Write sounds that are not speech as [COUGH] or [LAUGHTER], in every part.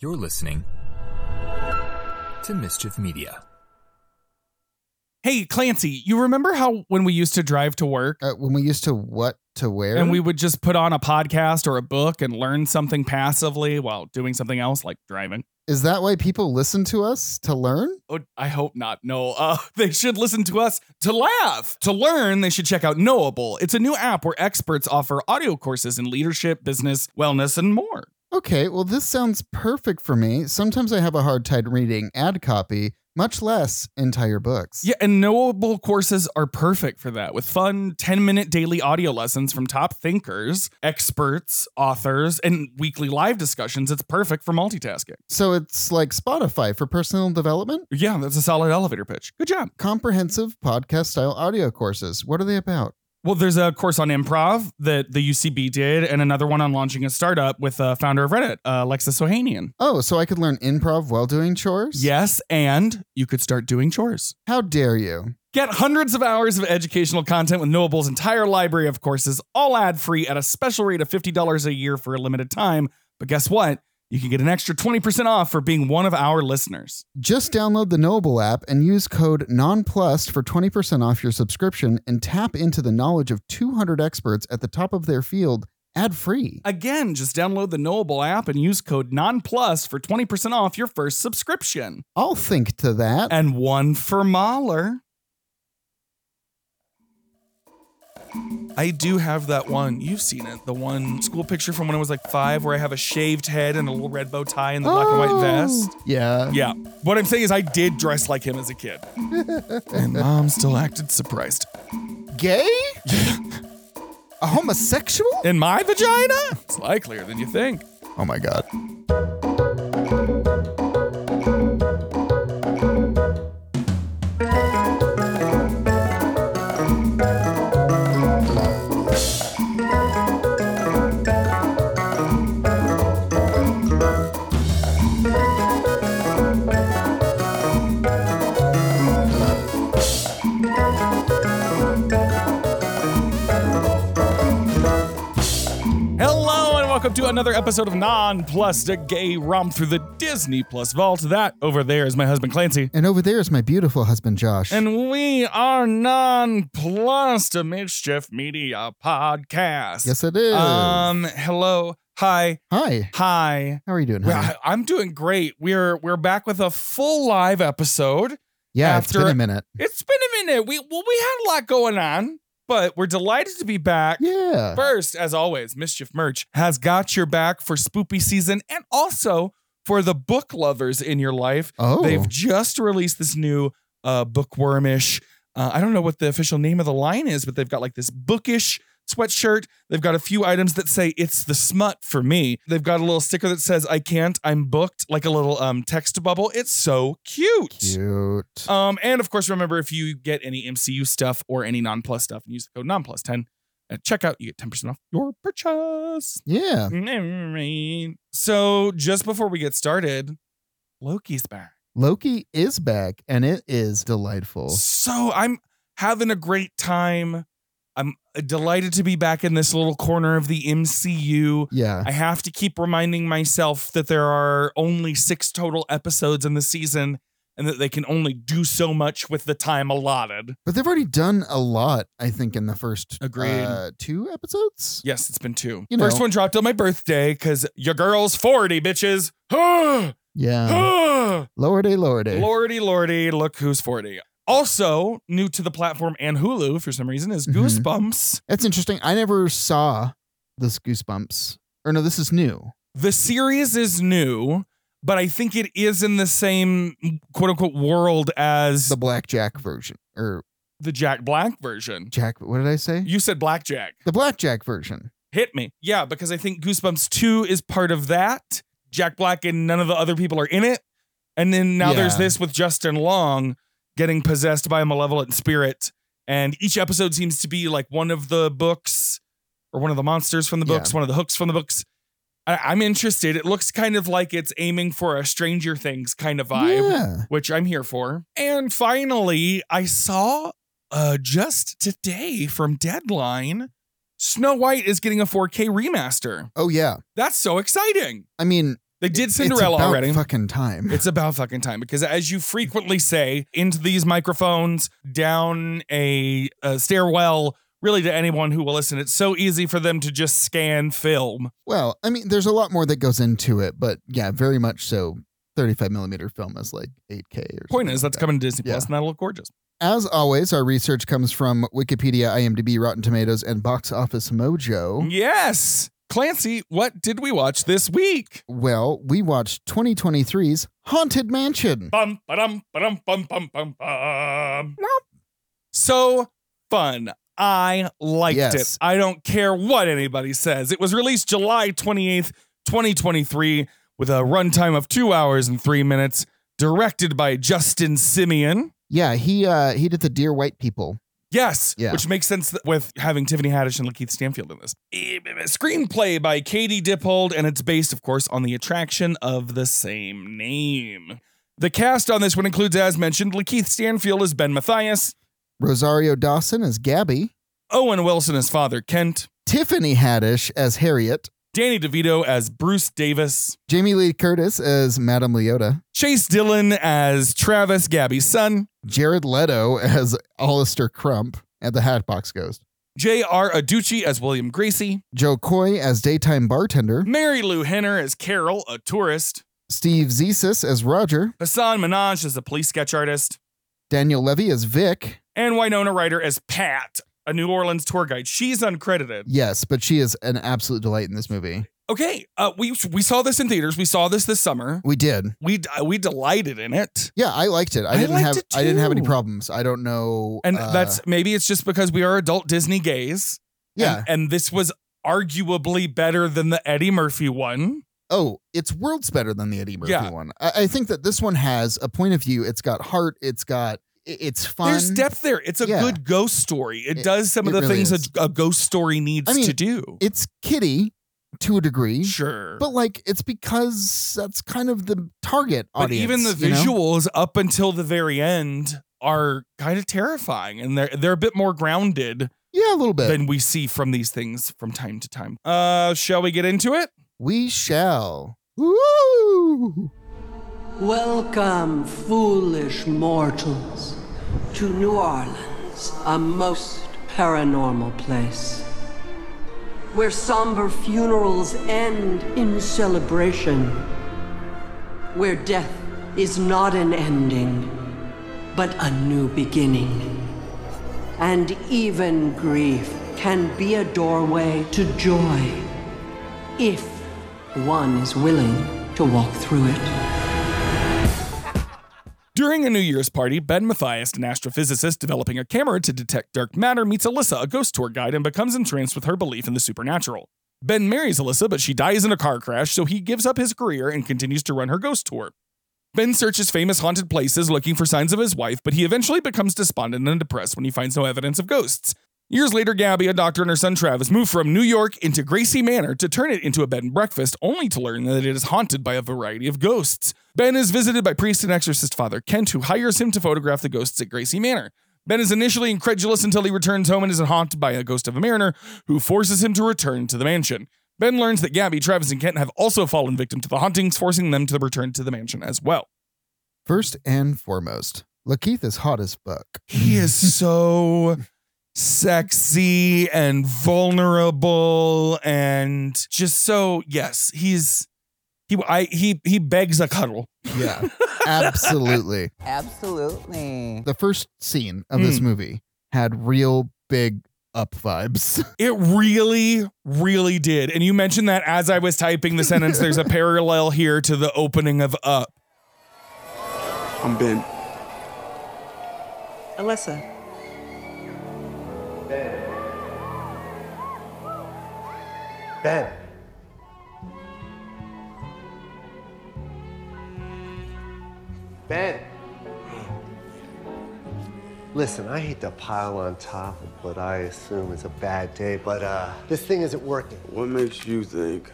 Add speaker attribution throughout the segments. Speaker 1: You're listening to Mischief Media.
Speaker 2: Hey, Clancy, you remember how when we used to drive to work
Speaker 3: Uh, when we used to what to wear,
Speaker 2: and we would just put on a podcast or a book and learn something passively while doing something else like driving?
Speaker 3: is that why people listen to us to learn?
Speaker 2: Oh, I hope not. No, uh, [LAUGHS] they should listen to us to laugh. To learn, they should check out Knowable. It's a new app where experts offer audio courses in leadership, business, wellness, and more.
Speaker 3: Okay, well this sounds perfect for me. Sometimes I have a hard time reading ad copy, much less entire books.
Speaker 2: Yeah, and Knowable courses are perfect for that with fun 10 minute daily audio lessons from top thinkers, experts, authors, and weekly live discussions. It's perfect for multitasking.
Speaker 3: So it's like Spotify for personal development.
Speaker 2: Yeah, that's a solid elevator pitch. Good job.
Speaker 3: Comprehensive podcast style audio courses. What are they about?
Speaker 2: Well, there's a course on improv that the UCB did, and another one on launching a startup with a founder of Reddit, uh, Alexis Ohanian.
Speaker 3: Oh, so I could learn improv while doing chores?
Speaker 2: Yes, and you could start doing chores.
Speaker 3: How dare you?
Speaker 2: Get hundreds of hours of educational content with Knowable's entire library of courses, all ad free at a special rate of $50 a year for a limited time. But guess what? You can get an extra 20% off for being one of our listeners.
Speaker 3: Just download the Knowable app and use code NONPLUS for 20% off your subscription and tap into the knowledge of 200 experts at the top of their field ad free.
Speaker 2: Again, just download the Knowable app and use code NONPLUS for 20% off your first subscription.
Speaker 3: I'll think to that.
Speaker 2: and one for Mahler. I do have that one. You've seen it. The one school picture from when I was like five, where I have a shaved head and a little red bow tie and the black and white vest.
Speaker 3: Oh, Yeah.
Speaker 2: Yeah. What I'm saying is, I did dress like him as a kid. and mom still acted surprised.
Speaker 3: Gay? A homosexual?
Speaker 2: In my vagina? It's likelier than you think.
Speaker 3: Oh my god.
Speaker 2: Hello and welcome to another episode of Non Plus, a gay romp through the Disney Plus vault. That over there is my husband Clancy.
Speaker 3: And over there is my beautiful husband Josh.
Speaker 2: And we are nonplussed, a mischief media podcast.
Speaker 3: yes, it is.
Speaker 2: Um, hello, hi,
Speaker 3: Hi.
Speaker 2: hi.
Speaker 3: How are you doing?
Speaker 2: Well,
Speaker 3: honey?
Speaker 2: I- I'm doing great. We're we're back with a full live episode.
Speaker 3: yeah, it's been
Speaker 2: after-
Speaker 3: a minute.
Speaker 2: It's been a minute. We well, we had a lot going on, but we're delighted to be back.
Speaker 3: Yeah.
Speaker 2: First, as always, Mischief Merch has got your back for spoopy season and also for the book lovers in your life.
Speaker 3: oh.
Speaker 2: They've just released this new uh, bookwormish. Uh, I don't know what the official name of the line is, but they've got like this bookish sweatshirt. They've got a few items that say "It's the smut for me." They've got a little sticker that says "I can't, I'm booked," like a little um, text bubble. It's so cute.
Speaker 3: cute.
Speaker 2: Um, and of course, remember if you get any MCU stuff or any non-plus stuff, and use the code non-plus ten at checkout, you get ten percent off your purchase.
Speaker 3: yeah.
Speaker 2: So just before we get started, Loki's back.
Speaker 3: Loki is back and it is delightful.
Speaker 2: So I'm having a great time. I'm uh, delighted to be back in this little corner of the MCU.
Speaker 3: Yeah.
Speaker 2: I have to keep reminding myself that there are only six total episodes in the season and that they can only do so much with the time allotted.
Speaker 3: But they've already done a lot, I think, in the first
Speaker 2: Agreed.
Speaker 3: uh, two episodes.
Speaker 2: Yes, it's been two.
Speaker 3: You
Speaker 2: First
Speaker 3: know.
Speaker 2: one dropped on my birthday because your girl's 40, bitches. [GASPS]
Speaker 3: Uh-huh. Yeah. lower day, lower day.
Speaker 2: Lordy, lordy, look who's 40. Also, new to the platform and Hulu for some reason is
Speaker 3: Mhm.
Speaker 2: Goosebumps.
Speaker 3: That's interesting. I never saw this Goosebumps. Or no, this is new.
Speaker 2: The series is new, but I think it is in the same quote unquote world as
Speaker 3: The
Speaker 2: the,
Speaker 3: Black Jack version. Or
Speaker 2: Jack Black version.
Speaker 3: Jack, what did I say?
Speaker 2: You said Blackjack.
Speaker 3: the Blackjack version.
Speaker 2: Hit me. Yeah, because I think Goosebumps 2 is part of that. Jack Black and none of the other people are in it. And then now there's
Speaker 3: Yeah.
Speaker 2: this with Justin Long getting possessed by a malevolent spirit. And each episode seems to be like one of the books or one of the monsters from the
Speaker 3: Yeah.
Speaker 2: books, one of the hooks from the books. I- I'm interested. It looks kind of like it's aiming for a Stranger Things kind of vibe
Speaker 3: Yeah.
Speaker 2: which I'm here for. And finally, I saw uh, just today from Deadline Snow White is getting a 4K remaster.
Speaker 3: Oh, yeah.
Speaker 2: That's so exciting.
Speaker 3: I mean,
Speaker 2: They did Cinderella
Speaker 3: it's about
Speaker 2: already.
Speaker 3: Fucking time.
Speaker 2: It's about fucking time because, as you frequently say into these microphones, down a, a stairwell, really to anyone who will listen, it's so easy for them to just scan film.
Speaker 3: Well, I mean, there's a lot more that goes into it, but yeah, very much so. 35 millimeter film is like 8K or
Speaker 2: Point
Speaker 3: something
Speaker 2: is,
Speaker 3: like
Speaker 2: that's
Speaker 3: that.
Speaker 2: coming to Disney Plus,
Speaker 3: Yeah.
Speaker 2: and that'll look gorgeous.
Speaker 3: As always, our research comes from Wikipedia, IMDb, Rotten Tomatoes, and Box Office Mojo.
Speaker 2: Yes, Clancy, what did we watch this week?
Speaker 3: Well, we watched 2023's Haunted Mansion.
Speaker 2: Bum, ba-dum, ba-dum, bum, bum, bum, bum. So fun. I liked it.
Speaker 3: Yes.
Speaker 2: I don't care what anybody says. It was released July 28th, 2023, with a runtime of two hours and three minutes, directed by Justin Simeon.
Speaker 3: Yeah, he uh he did the Dear White People.
Speaker 2: Yes,
Speaker 3: Yeah.
Speaker 2: which makes sense th- with having Tiffany Haddish and Lakeith Stanfield in this. Eh, eh, eh, Screenplay by Katie Dippold, and it's based, of course, on the attraction of the same name. The cast on this one includes, as mentioned, Lakeith Stanfield as Ben Mathias,
Speaker 3: Rosario Dawson as Gabby,
Speaker 2: Owen Wilson as Father Kent,
Speaker 3: Tiffany Haddish as Harriet,
Speaker 2: Danny DeVito as Bruce Davis,
Speaker 3: Jamie Lee Curtis as Madame Leota,
Speaker 2: Chase Dillon as Travis Gabby's son,
Speaker 3: Jared Leto as Alistair Crump and the Hatbox Ghost,
Speaker 2: J.R. Aducci as William Gracie,
Speaker 3: Joe Coy as Daytime Bartender,
Speaker 2: Mary Lou Henner as Carol, a tourist,
Speaker 3: Steve Zesis as Roger,
Speaker 2: Hassan Minaj as a police sketch artist,
Speaker 3: Daniel Levy as Vic.
Speaker 2: and Winona Ryder as Pat, a New Orleans tour guide. She's uncredited.
Speaker 3: Yes, but she is an absolute delight in this movie.
Speaker 2: Okay, uh, we we saw this in theaters. We saw this this summer.
Speaker 3: We did.
Speaker 2: We d- we delighted in it,
Speaker 3: Yeah, I liked it. I,
Speaker 2: I
Speaker 3: didn't
Speaker 2: liked
Speaker 3: have
Speaker 2: it
Speaker 3: I didn't have any
Speaker 2: too.
Speaker 3: problems. I don't know.
Speaker 2: and
Speaker 3: uh,
Speaker 2: that's maybe it's just because we are adult Disney gays.
Speaker 3: yeah.
Speaker 2: and, and this was arguably better than the Eddie Murphy one.
Speaker 3: oh, it's worlds better than the Eddie Murphy
Speaker 2: Yeah.
Speaker 3: one. I, I think that this one has a point of view. It's got heart. It's got i- it's fun.
Speaker 2: There's depth there. It's a
Speaker 3: Yeah.
Speaker 2: good ghost story. It,
Speaker 3: It-
Speaker 2: does some of
Speaker 3: it
Speaker 2: the
Speaker 3: really
Speaker 2: things
Speaker 3: is.
Speaker 2: a, a ghost story needs
Speaker 3: I mean,
Speaker 2: to do.
Speaker 3: It's kitty to a degree,
Speaker 2: sure,
Speaker 3: but like it's because that's kind of the target
Speaker 2: But
Speaker 3: audience.
Speaker 2: even the
Speaker 3: you know?
Speaker 2: visuals up until the very end are kind of terrifying, and they're they're a bit more grounded
Speaker 3: yeah, a little bit.
Speaker 2: than we see from these things from time to time. Uh, shall we get into it?
Speaker 3: we shall. Woo!
Speaker 4: Welcome, foolish mortals, to New Orleans, a most paranormal place. Where somber funerals end in celebration. Where death is not an ending, but a new beginning. And even grief can be a doorway to joy, if one is willing to walk through it.
Speaker 2: During a New Year's party, Ben Mathias, an astrophysicist developing a camera to detect dark matter, meets Alyssa, a ghost tour guide, and becomes entranced with her belief in the supernatural. Ben marries Alyssa, but she dies in a car crash, so he gives up his career and continues to run her ghost tour. Ben searches famous haunted places looking for signs of his wife, but he eventually becomes despondent and depressed when he finds no evidence of ghosts. Years later, Gabby, a doctor, and her son Travis move from New York into Gracie Manor to turn it into a bed and breakfast, only to learn that it is haunted by a variety of ghosts. Ben is visited by priest and exorcist Father Kent, who hires him to photograph the ghosts at Gracie Manor. Ben is initially incredulous until he returns home and is haunted by a ghost of a mariner who forces him to return to the mansion. Ben learns that Gabby, Travis, and Kent have also fallen victim to the hauntings, forcing them to return to the mansion as well.
Speaker 3: First and foremost, Lakeith is hot as fuck.
Speaker 2: He is so sexy and vulnerable and just so yes, he's he I he he begs a cuddle.
Speaker 3: Yeah, absolutely.
Speaker 5: Absolutely.
Speaker 3: The first scene of this
Speaker 2: Mm.
Speaker 3: movie had real big up vibes. [LAUGHS]
Speaker 2: It really, really did. And you mentioned that as I was typing the sentence, there's a parallel here to the opening of Up.
Speaker 6: I'm Ben.
Speaker 7: Alyssa.
Speaker 6: Ben. Ben. Listen, I hate to pile on top of what I assume is a bad day, but uh, this thing isn't working.
Speaker 8: What makes you think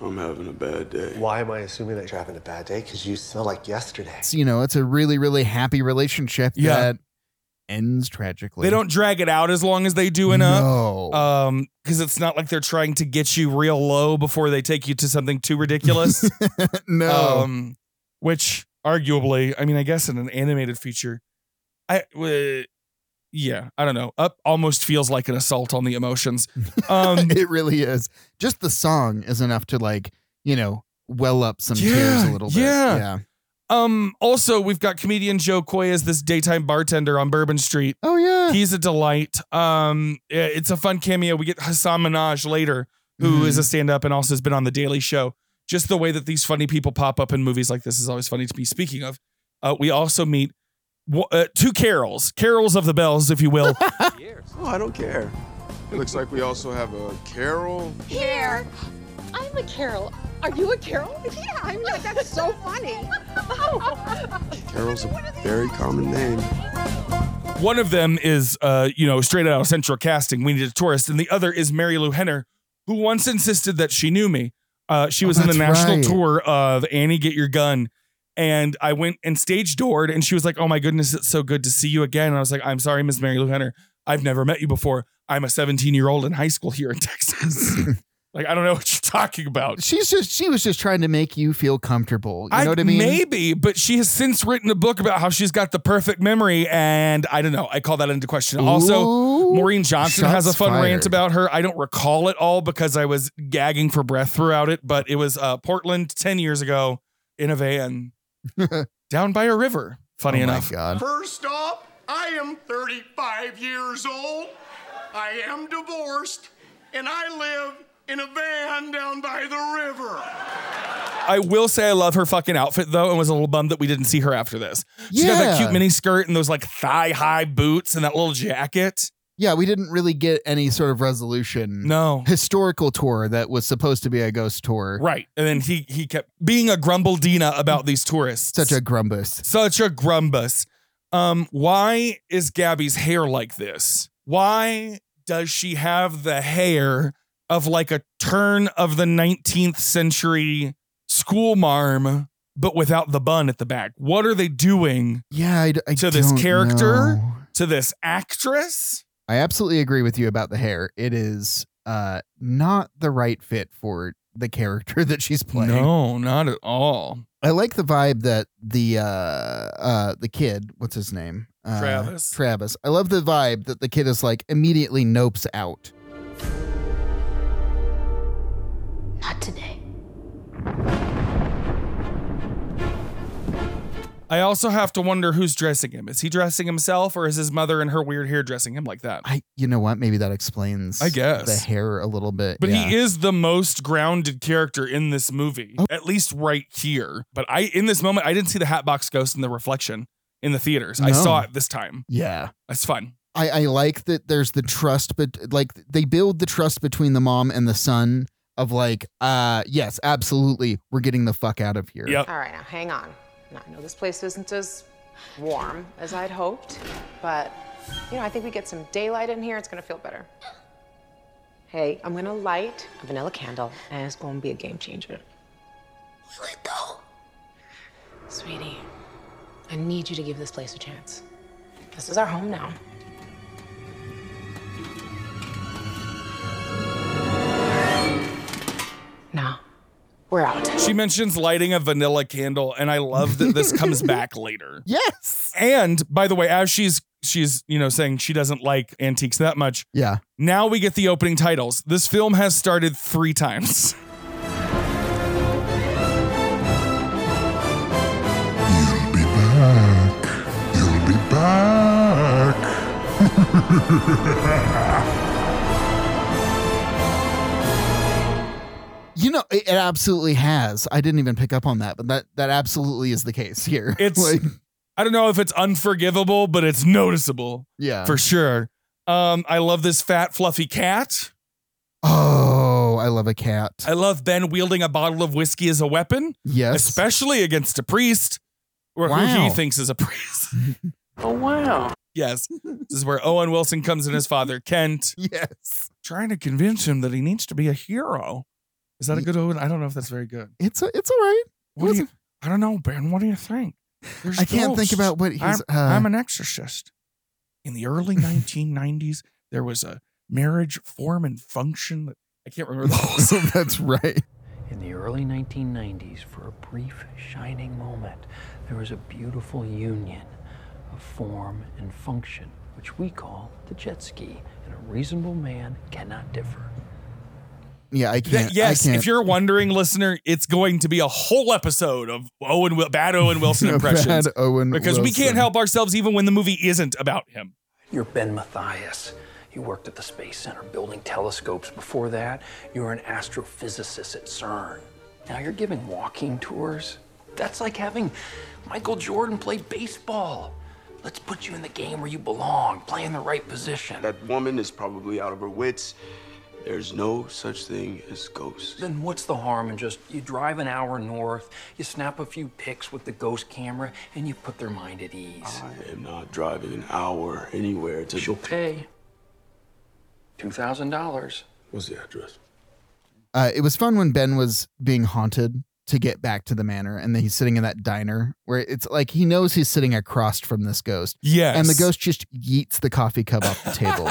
Speaker 8: I'm having a bad day?
Speaker 6: Why am I assuming that you're having a bad day? Because you smell like yesterday.
Speaker 3: It's, you know, it's a really, really happy relationship
Speaker 2: Yeah.
Speaker 3: that ends tragically.
Speaker 2: They don't drag it out as long as they do in a
Speaker 3: No.
Speaker 2: um because it's not like they're trying to get you real low before they take you to something too ridiculous.
Speaker 3: [LAUGHS] no.
Speaker 2: um which arguably, I mean, I guess in an animated feature, I w- yeah, I don't know. Up almost feels like an assault on the emotions. Um
Speaker 3: [LAUGHS] it really is. Just the song is enough to like, you know, well up some
Speaker 2: Yeah,
Speaker 3: tears a little bit.
Speaker 2: yeah.
Speaker 3: yeah.
Speaker 2: um also we've got comedian Joe Coy as this daytime bartender on Bourbon Street.
Speaker 3: Oh yeah.
Speaker 2: He's a delight. Um, yeah, it's a fun cameo. We get Hassan Minaj later, who is
Speaker 3: Mhm.
Speaker 2: a stand-up and also has been on The Daily Show. Just the way that these funny people pop up in movies like this is always funny to me. Speaking of, uh, we also meet wa- uh, two carols, carols of the bells, if you will.
Speaker 8: Oh, I don't care. It looks like we also have a Carol.
Speaker 7: Here. I'm a Carol. Are you a Carol? Yeah, I'm like, that's so funny. [LAUGHS]
Speaker 8: Carol's a very common name.
Speaker 2: One of them is, uh, you know, straight out of Central Casting. We need a tourist, and the other is Mary Lou Henner, who once insisted that she knew me. Uh, she
Speaker 3: Oh,
Speaker 2: was in the
Speaker 3: that's
Speaker 2: national
Speaker 3: right.
Speaker 2: tour of Annie Get Your Gun, and I went and stage doored, and she was like, "Oh my goodness, it's so good to see you again." And I was like, "I'm sorry, Miss Mary Lou Henner, I've never met you before. I'm a 17 year old in high school here in
Speaker 3: [LAUGHS]
Speaker 2: Texas. like, I don't know what you're talking about."
Speaker 3: She's just she was just trying to make you feel comfortable. You
Speaker 2: I-
Speaker 3: know what I mean?
Speaker 2: Maybe, but she has since written a book about how she's got the perfect memory, and I don't know. I call that into question. Also,
Speaker 3: Ooh.
Speaker 2: Maureen Johnson has a
Speaker 3: Shots
Speaker 2: fun
Speaker 3: fired.
Speaker 2: rant about her. I don't recall it all because I was gagging for breath throughout it, but it was uh, Portland 10 years ago in a
Speaker 3: [LAUGHS]
Speaker 2: van down by a river.
Speaker 3: Oh
Speaker 2: Funny
Speaker 3: my
Speaker 2: enough.
Speaker 3: god.
Speaker 9: First off, I am 35 years old. I am divorced, and I live in a van down by the river.
Speaker 2: I will say I love her fucking outfit though, and was a little bummed that we didn't see her after this. She's got that
Speaker 3: Yeah.
Speaker 2: cute mini skirt and those like thigh high boots and that little jacket.
Speaker 3: Yeah, we didn't really get any sort of resolution.
Speaker 2: No.
Speaker 3: Historical tour that was supposed to be a ghost tour.
Speaker 2: Right. And then he he kept being a grumbledina about these tourists.
Speaker 3: Such a grumbus.
Speaker 2: such a grumbus. Um, why is Gabby's hair like this? Why does she have the hair of like a turn of the 19th century school marm, but without the bun at the back? What are they doing
Speaker 3: Yeah, I, d- I
Speaker 2: To this
Speaker 3: don't
Speaker 2: character?
Speaker 3: know.
Speaker 2: to this actress?
Speaker 3: I absolutely agree with you about the hair. It is uh not the right fit for the character [LAUGHS] that she's playing.
Speaker 2: No, not at all.
Speaker 3: I like the vibe that the uh uh the kid, what's his name? Uh,
Speaker 2: Travis.
Speaker 3: Travis. I love the vibe that the kid is like immediately nopes out.
Speaker 7: Not today.
Speaker 2: I also have to wonder who's dressing him. Is he dressing himself or is his mother and her weird hair dressing him like that?
Speaker 3: I you know what? Maybe that explains
Speaker 2: I guess.
Speaker 3: the hair a little bit.
Speaker 2: But
Speaker 3: yeah. Oh.
Speaker 2: he is the most grounded character in this movie, at least right here. But I, in this moment, I didn't see the Hatbox Ghost in the reflection in the theaters. I
Speaker 3: No.
Speaker 2: saw it this time.
Speaker 3: Yeah.
Speaker 2: That's fun.
Speaker 3: I, I like that there's the trust, but like they build the trust between the mom and the son of like, uh, yes, absolutely, we're getting the fuck out of here.
Speaker 2: Yep.
Speaker 10: All right, now hang on. Now, I know this place isn't as warm as I'd hoped, but you know, I think we get some daylight in here, it's gonna feel better. Hey, I'm gonna light a vanilla candle, and it's gonna be a game changer. Will it though? Sweetie, I need you to give this place a chance. This is our home now. Now, we're out.
Speaker 2: [LAUGHS] She mentions lighting a vanilla candle, and I love that this
Speaker 3: [LAUGHS]
Speaker 2: comes back later.
Speaker 3: Yes.
Speaker 2: And by the way, as she's she's you know saying she doesn't like antiques that much,
Speaker 3: Yeah.
Speaker 2: now we get the opening titles. This film has started three times. [LAUGHS]
Speaker 9: You'll be back. You'll be back.
Speaker 3: You know, it, it absolutely has. I didn't even pick up on that, but that that absolutely is the case here. [LAUGHS]
Speaker 2: It's- I don't know if it's unforgivable, but it's noticeable
Speaker 3: yeah.
Speaker 2: for sure. Um, I love this fat fluffy cat.
Speaker 3: oh, I love a cat.
Speaker 2: I love Ben wielding a bottle of whiskey as a weapon,
Speaker 3: yes.
Speaker 2: especially against a priest, or who
Speaker 3: Wow.
Speaker 2: he thinks is a [LAUGHS] priest. oh wow! Yes, this is where Owen Wilson comes in as father Kent,
Speaker 3: yes.
Speaker 2: trying to convince him that he needs to be a hero. Is that a good Owen? I don't know if that's very good.
Speaker 3: It's a, it's all right.
Speaker 2: What do you? I don't know, Ben. What do you think? There's
Speaker 3: I can't think
Speaker 2: ghosts.
Speaker 3: about what he's.
Speaker 2: I'm,
Speaker 3: uh,
Speaker 2: I'm an exorcist. in the early 1990s, there was a marriage form and function that I can't [LAUGHS] remember.
Speaker 3: So [LAUGHS] that's right.
Speaker 11: In the early 1990s, for a brief, shining moment, there was a beautiful union of form and function, which we call the jet ski, and a reasonable man cannot differ.
Speaker 3: Yeah, I
Speaker 2: That-
Speaker 3: can't.
Speaker 2: yes,
Speaker 3: I can't.
Speaker 2: if you're wondering, listener, it's going to be a whole episode of Owen Wil- bad Owen Wilson impressions
Speaker 3: [LAUGHS] Bad Owen
Speaker 2: because we
Speaker 3: Wilson.
Speaker 2: can't help ourselves even when the movie isn't about him.
Speaker 11: You're Ben Mathias. You worked at the Space Center building telescopes. Before that, you were an astrophysicist at CERN. Now you're giving walking tours. That's like having Michael Jordan play baseball. Let's put you in the game where you belong, play in the right position.
Speaker 8: That woman is probably out of her wits. There's no such thing as ghosts.
Speaker 11: Then what's the harm in just you drive an hour north, you snap a few pics with the ghost camera, and you put their mind at ease?
Speaker 8: I am not driving an hour anywhere to.
Speaker 11: You'll pay $2,000.
Speaker 8: What's the address?
Speaker 3: uh, it was fun when Ben was being haunted to get back to the manor, and then he's sitting in that diner where it's like he knows he's sitting across from this ghost.
Speaker 2: Yes.
Speaker 3: And the ghost just yeets the coffee cup off
Speaker 2: [LAUGHS]
Speaker 3: the table.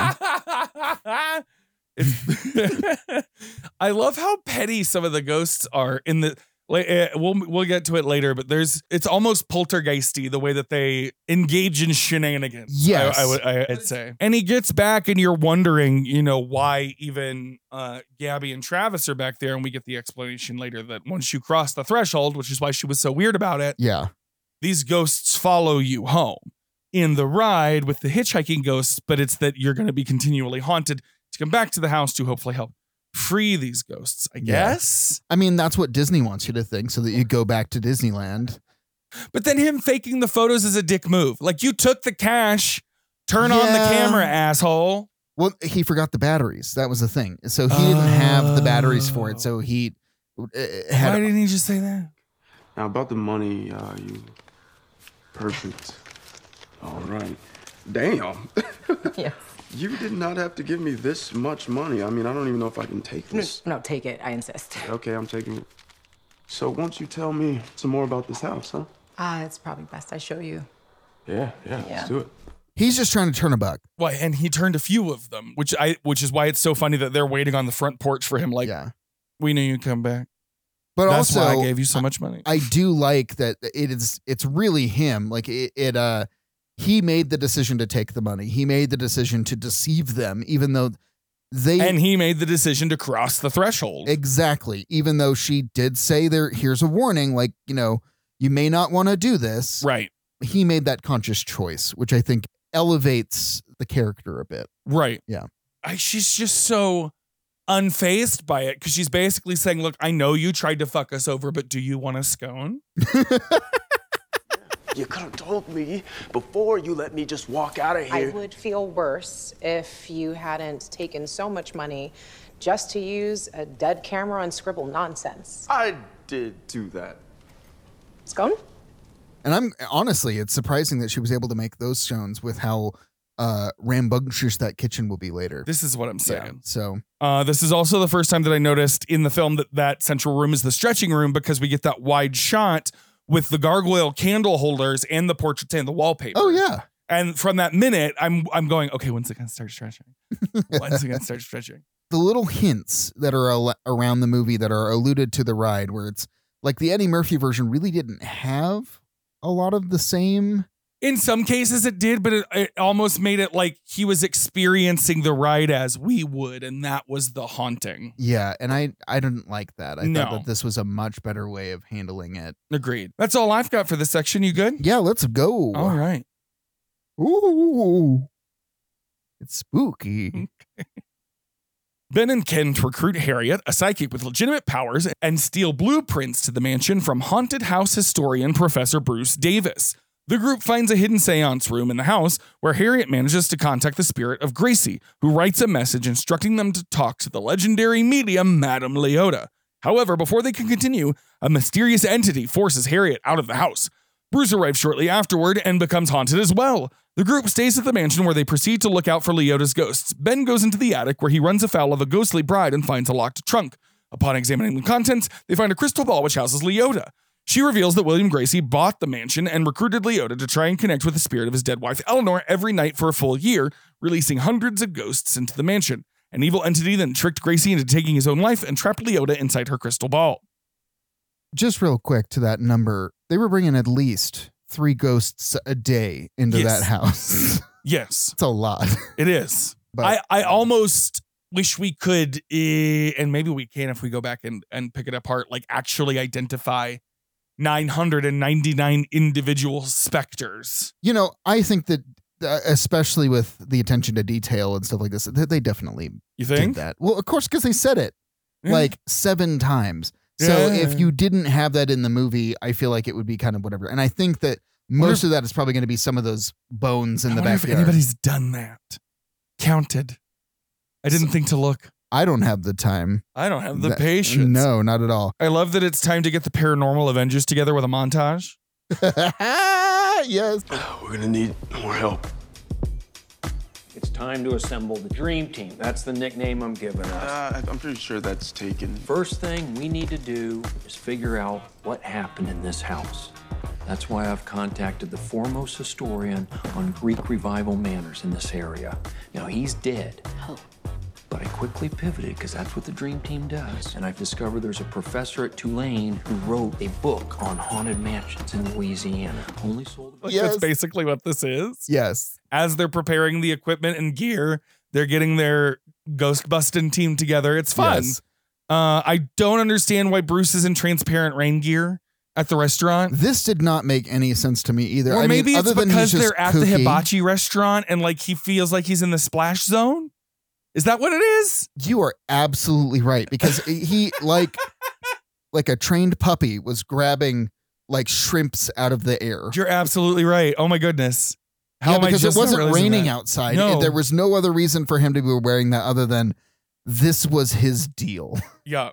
Speaker 2: It's- [LAUGHS] I love how petty some of the ghosts are in the. Like, eh, we'll we'll get to it later, but there's it's almost poltergeisty the way that they engage in shenanigans.
Speaker 3: Yes.
Speaker 2: I, I would I, would say. And he gets back, and you're wondering, you know, why even uh, Gabby and Travis are back there, and we get the explanation later that once you cross the threshold, which is why she was so weird about it,
Speaker 3: yeah.
Speaker 2: these ghosts follow you home in the ride with the hitchhiking ghosts, but it's that you're going to be continually haunted to come back to the house to hopefully help free these ghosts, I
Speaker 3: Yeah.
Speaker 2: guess.
Speaker 3: I mean, that's what Disney wants you to think so that you go back to Disneyland.
Speaker 2: But then him faking the photos is a dick move. Like, you took the cash, turn on the
Speaker 3: Yeah.
Speaker 2: camera, asshole.
Speaker 3: Well, he forgot the batteries. That was the thing. So he didn't have the batteries for
Speaker 2: Oh.
Speaker 3: it. So he uh,
Speaker 2: Why
Speaker 3: had.
Speaker 2: didn't he just say that?
Speaker 8: Now about the money, uh, you perfect. All right. Damn. [LAUGHS]
Speaker 10: Yes.
Speaker 8: You did not have to give me this much money. I mean, I don't even know if I can take this.
Speaker 10: No, take it. I insist.
Speaker 8: Okay, I'm taking it. So won't you tell me some more about this house, huh?
Speaker 10: [LAUGHS] Ah, it's probably best I show you.
Speaker 8: Yeah, yeah,
Speaker 10: Yeah.
Speaker 8: let's do it.
Speaker 3: He's just trying to turn a buck.
Speaker 2: Why? And he turned a few of them, which I, which is why it's so funny that they're waiting on the front porch for him. Like,
Speaker 3: yeah.
Speaker 2: we knew you'd come back.
Speaker 3: But
Speaker 2: That's
Speaker 3: also,
Speaker 2: why I gave you so much money.
Speaker 3: I do like that it is. It's really him. Like it. it uh, he made the decision to take the money. He made the decision to deceive them, even though they
Speaker 2: and he made the decision to cross the threshold.
Speaker 3: exactly. Even though she did say there, here's a warning. Like you know, you may not want to do this.
Speaker 2: right.
Speaker 3: He made that conscious choice, which I think elevates the character a bit.
Speaker 2: Right.
Speaker 3: Yeah.
Speaker 2: I, she's just so unfazed by it because she's basically saying, Look, I know you tried to fuck us over, but do you want a scone?
Speaker 12: You could have told me before you let me just walk out of
Speaker 10: I
Speaker 12: here.
Speaker 10: would feel worse if you hadn't taken so much money just to use a dead camera and scribble nonsense.
Speaker 8: I did do that.
Speaker 10: It's gone?
Speaker 3: And I'm honestly, it's surprising that she was able to make those stones with how uh rambunctious that kitchen will be later.
Speaker 2: This is what I'm
Speaker 3: Yeah,
Speaker 2: saying.
Speaker 3: So
Speaker 2: Uh, this is also the first time that I noticed in the film that that central room is the stretching room because we get that wide shot with the gargoyle candle holders and the portraits and the wallpaper.
Speaker 3: oh yeah.
Speaker 2: And from that minute, I'm I'm going, okay, when's it gonna start
Speaker 3: [LAUGHS]
Speaker 2: stretching? When's it gonna start stretching?
Speaker 3: The little hints that are al- around the movie that are alluded to the ride where it's like the Eddie Murphy version really didn't have a lot of the same
Speaker 2: In some cases, it did, but it, it almost made it like he was experiencing the ride as we would, and that was the haunting.
Speaker 3: yeah, and I I didn't like that. I
Speaker 2: No.
Speaker 3: thought that this was a much better way of handling it.
Speaker 2: Agreed. That's all I've got for this section. You good?
Speaker 3: Yeah, let's go.
Speaker 2: All right.
Speaker 3: Ooh. It's
Speaker 2: Mm-hmm.
Speaker 3: spooky.
Speaker 2: Ben and Kent recruit Harriet, a psychic with legitimate powers, and steal blueprints to the mansion from haunted house historian Professor Bruce Davis. The group finds a hidden seance room in the house where Harriet manages to contact the spirit of Gracie, who writes a message instructing them to talk to the legendary medium Madame Leota. However, before they can continue, a mysterious entity forces Harriet out of the house. Bruce arrives shortly afterward and becomes haunted as well. The group stays at the mansion where they proceed to look out for Leota's ghosts. Ben goes into the attic where he runs afoul of a ghostly bride and finds a locked trunk. Upon examining the contents, they find a crystal ball which houses Leota. She reveals that William Gracie bought the mansion and recruited Leota to try and connect with the spirit of his dead wife, Eleanor, every night for a full year, releasing hundreds of ghosts into the mansion. An evil entity then tricked Gracie into taking his own life and trapped Leota inside her crystal ball.
Speaker 3: Just real quick to that number, they were bringing at least three ghosts a day into
Speaker 2: Yes.
Speaker 3: that house. [LAUGHS]
Speaker 2: Yes,
Speaker 3: it's a lot.
Speaker 2: it is.
Speaker 3: But- um,
Speaker 2: I, I almost wish we could, uh, and maybe we can if we go back and, and pick it apart, like actually identify 999 individual specters.
Speaker 3: You know, I think that uh, especially with the attention to detail and stuff like this, th- they definitely
Speaker 2: You
Speaker 3: did
Speaker 2: think?
Speaker 3: that. Well, of course, because they said it
Speaker 2: Yeah.
Speaker 3: like seven times. So
Speaker 2: Yeah.
Speaker 3: if you didn't have that in the movie, I feel like it would be kind of whatever. And I think that
Speaker 2: Wonder
Speaker 3: most
Speaker 2: if-
Speaker 3: of that is probably going to be some of those bones in
Speaker 2: I
Speaker 3: the
Speaker 2: wonder
Speaker 3: backyard.
Speaker 2: if anybody's done that, counted. I didn't think to look.
Speaker 3: I don't have the time.
Speaker 2: I don't have the
Speaker 3: That-
Speaker 2: patience.
Speaker 3: No, not at all. [LAUGHS]
Speaker 2: I love that it's time to get the paranormal Avengers together with a montage.
Speaker 3: yes.
Speaker 12: We're gonna need more help.
Speaker 11: It's time to assemble the dream team. That's the nickname I'm giving us.
Speaker 8: Uh, I'm pretty sure that's taken.
Speaker 11: First thing we need to do is figure out what happened in this house. That's why I've contacted the foremost historian on Greek revival manners in this area. Now he's dead. But I quickly pivoted because that's what the Dream Team does. And I've discovered there's a professor at Tulane who wrote a book on haunted mansions in Louisiana. Only sold.
Speaker 2: Like,
Speaker 3: Yes.
Speaker 2: That's basically what this is.
Speaker 3: Yes.
Speaker 2: As they're preparing the equipment and gear, they're getting their ghost busting team together. It's fun.
Speaker 3: Yes.
Speaker 2: Uh, I don't understand why Bruce is in transparent rain gear at the restaurant.
Speaker 3: This did not make any sense to me either.
Speaker 2: Or
Speaker 3: I mean,
Speaker 2: maybe
Speaker 3: other
Speaker 2: it's
Speaker 3: than he's
Speaker 2: because
Speaker 3: just
Speaker 2: they're at the
Speaker 3: kooky.
Speaker 2: hibachi restaurant and like he feels like he's in the splash zone. Is that what it is?
Speaker 3: You are absolutely right because he
Speaker 2: [LAUGHS]
Speaker 3: like like a trained puppy was grabbing like shrimps out of the air.
Speaker 2: You're absolutely right. Oh my goodness. How
Speaker 3: yeah,
Speaker 2: am I
Speaker 3: because
Speaker 2: just
Speaker 3: it
Speaker 2: not
Speaker 3: wasn't
Speaker 2: realizing
Speaker 3: raining
Speaker 2: that?
Speaker 3: outside.
Speaker 2: No.
Speaker 3: There was no other reason for him to be wearing that other than this was his deal. [LAUGHS]
Speaker 2: Yeah.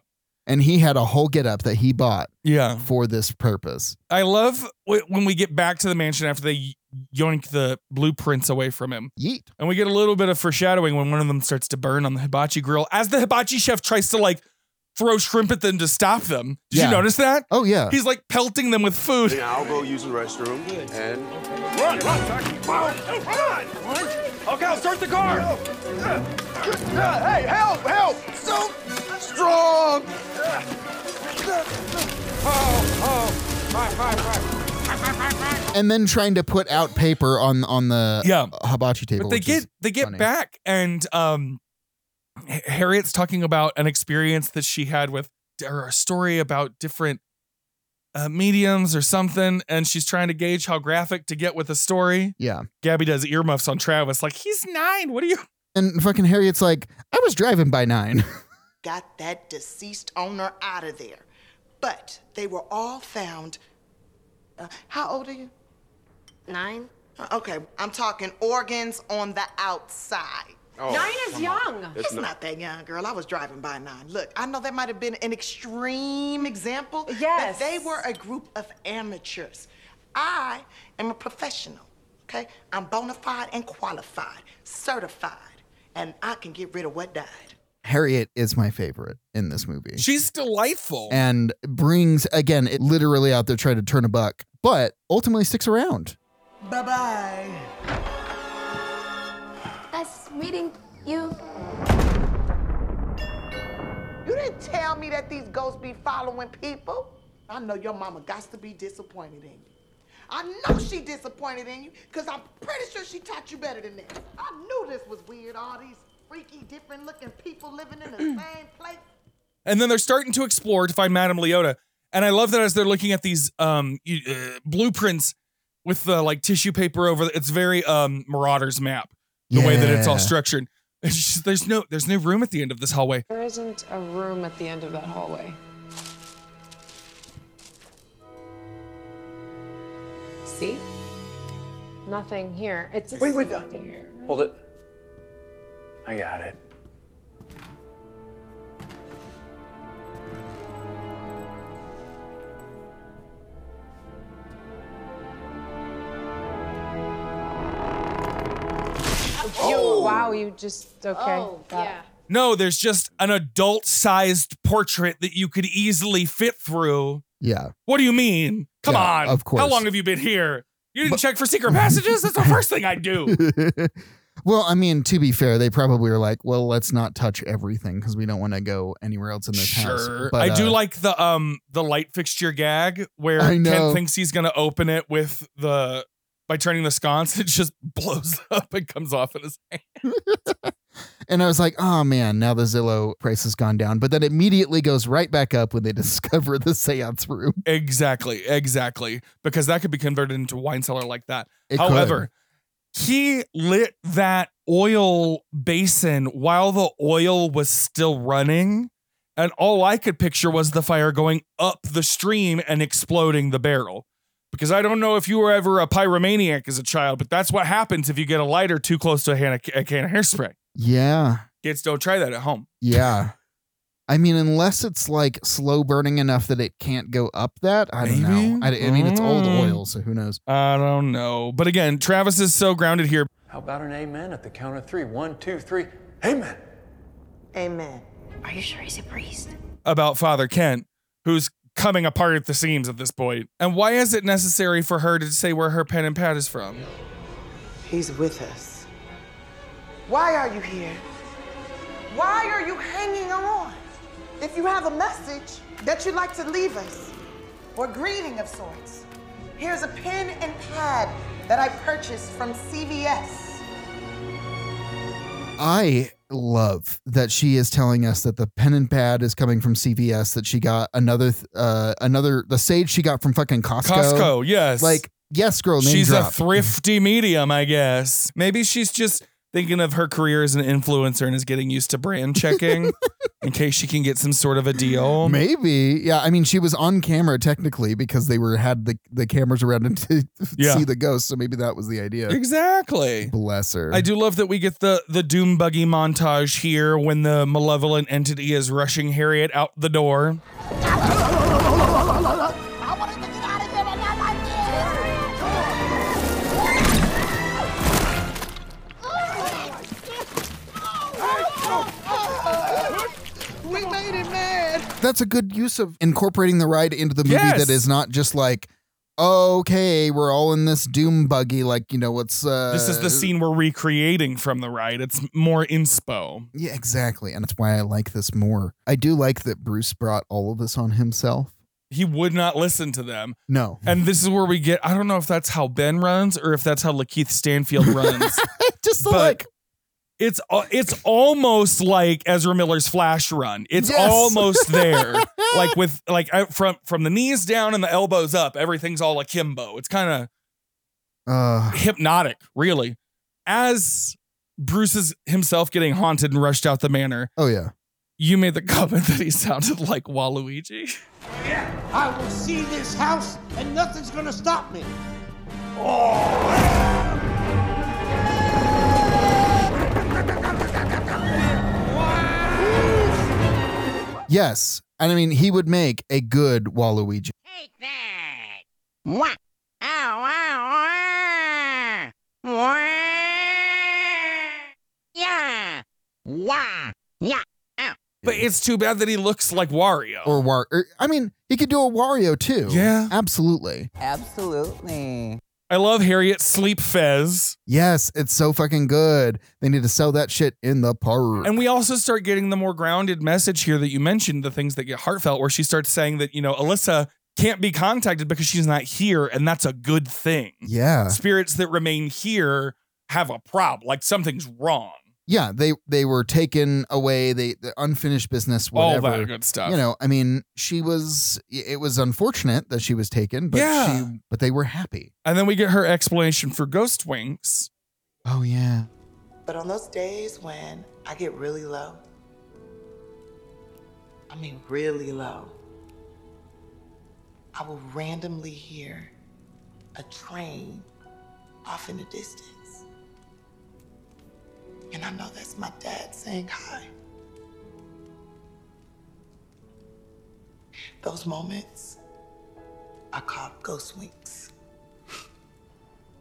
Speaker 3: And he had a whole getup that he bought
Speaker 2: Yeah.
Speaker 3: for this purpose.
Speaker 2: I love wh- when we get back to the mansion after they yoink the blueprints away from him.
Speaker 3: Yeet.
Speaker 2: And we get a little bit of foreshadowing when one of them starts to burn on the hibachi grill as the hibachi chef tries to like throw shrimp at them to stop them. Did
Speaker 3: Yeah.
Speaker 2: you notice that?
Speaker 3: Oh yeah.
Speaker 2: He's like pelting them with food.
Speaker 9: Yeah, I'll go use the restroom and
Speaker 12: Run, run, Tucky! Run, run! Okay, I'll start the car.
Speaker 9: hey, help, help! So strong!
Speaker 3: and then trying to put out paper on on the
Speaker 2: Yeah.
Speaker 3: hibachi table.
Speaker 2: But they
Speaker 3: Oh, which
Speaker 2: get
Speaker 3: is
Speaker 2: they get
Speaker 3: funny.
Speaker 2: back and um H- Harriet's talking about an experience that she had with or a story about different uh, mediums or something and she's trying to gauge how graphic to get with a story.
Speaker 3: Yeah.
Speaker 2: Gabby does earmuffs on Travis like he's 9. What are you [LAUGHS]
Speaker 3: And fucking Harriet's like, I was driving by nine. [LAUGHS]
Speaker 13: got that deceased owner out of there. But they were all found. Uh, how old are you?
Speaker 7: Nine?
Speaker 13: Uh, Okay, I'm talking organs on the outside.
Speaker 7: Nine is young.
Speaker 13: Oh, It's not, that young, girl. I was driving by nine. Look, I know that might have been an extreme example.
Speaker 7: Yes.
Speaker 13: But they were a group of amateurs. I am a professional, okay? I'm bona fide and qualified, certified, and I can get rid of what died.
Speaker 3: Harriet is my favorite in this movie.
Speaker 2: She's delightful.
Speaker 3: and brings again it literally out there trying to turn a buck, but ultimately sticks around.
Speaker 13: Bye bye.
Speaker 14: Nice meeting you.
Speaker 13: You didn't tell me that these ghosts be following people. I know your mama got to be disappointed in you. I know she disappointed in you because I'm pretty sure she taught you better than that. I knew this was weird, all these freaky, different looking people living in the same place.
Speaker 2: And then they're starting to explore to find Madame Leota. And I love that as they're looking at these um, you- uh, blueprints with the like tissue paper over, it's very um, Marauder's map, the way that it's all
Speaker 3: Yeah.
Speaker 2: structured. It's just- there's no there's no room at the end of this hallway.
Speaker 10: There isn't a room at the end of that hallway. See? Nothing here. It's
Speaker 11: Wait, wait, uh,
Speaker 10: nothing here.
Speaker 11: Hold it. I got it. Oh!
Speaker 10: You, wow, you just okay. got it.
Speaker 2: No, there's just an adult sized portrait that you could easily fit through
Speaker 3: Yeah.
Speaker 2: What do you mean? Come
Speaker 3: Yeah,
Speaker 2: on.
Speaker 3: of course.
Speaker 2: How long have you been here? You didn't check for secret passages?
Speaker 3: [LAUGHS]
Speaker 2: That's the first thing I do.
Speaker 3: well, I mean, to be fair, they probably were like, well, let's not touch everything because we don't want to go anywhere else in this house.
Speaker 2: Sure.
Speaker 3: But,
Speaker 2: I do
Speaker 3: uh,
Speaker 2: like the um the light fixture gag where
Speaker 3: I
Speaker 2: Ken
Speaker 3: know.
Speaker 2: thinks he's gonna open it with the by turning the sconce, [LAUGHS] it just blows up and comes off in his hand.
Speaker 3: And I was like, oh man, now the Zillow price has gone down. But then immediately goes right back up when they [LAUGHS] discover the seance room.
Speaker 2: Exactly, exactly. Because that could be converted into wine cellar like that.
Speaker 3: It could.
Speaker 2: However, he lit that oil basin while the oil was still running. And all I could picture was the fire going up the stream and exploding the barrel. Because I don't know if you were ever a pyromaniac as a child, but that's what happens if you get a lighter too close to a, hand, a can of hairspray.
Speaker 3: Yeah.
Speaker 2: Kids, don't try that at home.
Speaker 3: Yeah. I mean, unless it's like slow burning enough that it can't go up that, I don't know. I, I mean, it's old
Speaker 2: Mm.
Speaker 3: oil, so who knows?
Speaker 2: I don't know. But again, Travis is so grounded here.
Speaker 11: How about an amen at the count of three? One, two, three. Amen.
Speaker 13: Amen.
Speaker 14: Are you sure he's a priest?
Speaker 2: about Father Kent, who's coming apart at the seams at this point. And why is it necessary for her to say where her pen and pad is from?
Speaker 13: He's with us. Why are you here? Why are you hanging on? If you have a message that you'd like to leave us, or greeting of sorts, here's a pen and pad that I purchased from CVS.
Speaker 3: I love that she is telling us that the pen and pad is coming from CVS, that she got another, th- uh, another, the sage she got from fucking Costco.
Speaker 2: Costco, yes.
Speaker 3: Like, yes, girl, name
Speaker 2: she's
Speaker 3: drop.
Speaker 2: a thrifty medium, I guess. Maybe she's just thinking of her career as an influencer and is getting used to brand
Speaker 3: [LAUGHS]
Speaker 2: checking in case she can get some sort of a deal.
Speaker 3: Maybe. Yeah. I mean, she was on camera technically because they were had the, the cameras around and to [LAUGHS]
Speaker 2: Yeah.
Speaker 3: see the ghost. So maybe that was the idea.
Speaker 2: Exactly.
Speaker 3: Bless her.
Speaker 2: I do love that we get the the doom buggy montage here when the malevolent entity is rushing Harriet out the door.
Speaker 13: We made it, man.
Speaker 3: That's a good use of incorporating the ride into the movie
Speaker 2: Yes.
Speaker 3: that is not just like, okay, we're all in this doom buggy. Like, you know, what's. Uh,
Speaker 2: This is the scene we're recreating from the ride. It's more inspo.
Speaker 3: Yeah, exactly. And that's why I like this more. I do like that Bruce brought all of this on himself.
Speaker 2: He would not listen to them.
Speaker 3: No.
Speaker 2: And this is where we get I don't know if that's how Ben runs or if that's how Lakeith Stanfield runs.
Speaker 3: just
Speaker 2: but like it's al- it's almost like Ezra Miller's Flash run. It's
Speaker 12: Yes.
Speaker 2: almost there. like with like I- from from the knees down and the elbows up, everything's all akimbo. It's kind of
Speaker 3: Uh,
Speaker 2: hypnotic, really. As Bruce is himself getting haunted and rushed out the manor,
Speaker 3: oh, yeah.
Speaker 2: you made the [LAUGHS] comment that he sounded like Waluigi.
Speaker 15: I will see this house, and nothing's gonna stop me.
Speaker 3: Yes. And I mean, he would make a good Waluigi.
Speaker 15: Mwah. Ow, ow, wah. Wah. Yeah. Wah. Yeah. Ow.
Speaker 2: But it's too bad that he looks like Wario.
Speaker 3: Or War. Or, I mean, he could do a Wario too.
Speaker 2: Yeah.
Speaker 3: Absolutely.
Speaker 5: Absolutely.
Speaker 2: I love Harriet Sleep Fez.
Speaker 3: Yes. It's so fucking good. They need to sell that shit in the park.
Speaker 2: And we also start getting the more grounded message here that you mentioned, the things that get heartfelt, where she starts saying that, you know, Alyssa can't be contacted because she's not here, and that's a good thing.
Speaker 3: Yeah.
Speaker 2: Spirits that remain here have a problem, like something's wrong.
Speaker 3: Yeah. They they were taken away. They the unfinished business.
Speaker 2: All
Speaker 3: Whatever.
Speaker 2: that good stuff.
Speaker 3: You know. I mean, she was. It was unfortunate that she was taken, but
Speaker 2: Yeah.
Speaker 3: she. But they were happy.
Speaker 2: And then we get her explanation for ghost winks.
Speaker 3: Oh yeah.
Speaker 13: But on those days when I get really low, I mean really low, I will randomly hear a train off in the distance. And I know that's my dad saying hi. Those moments are called ghost winks.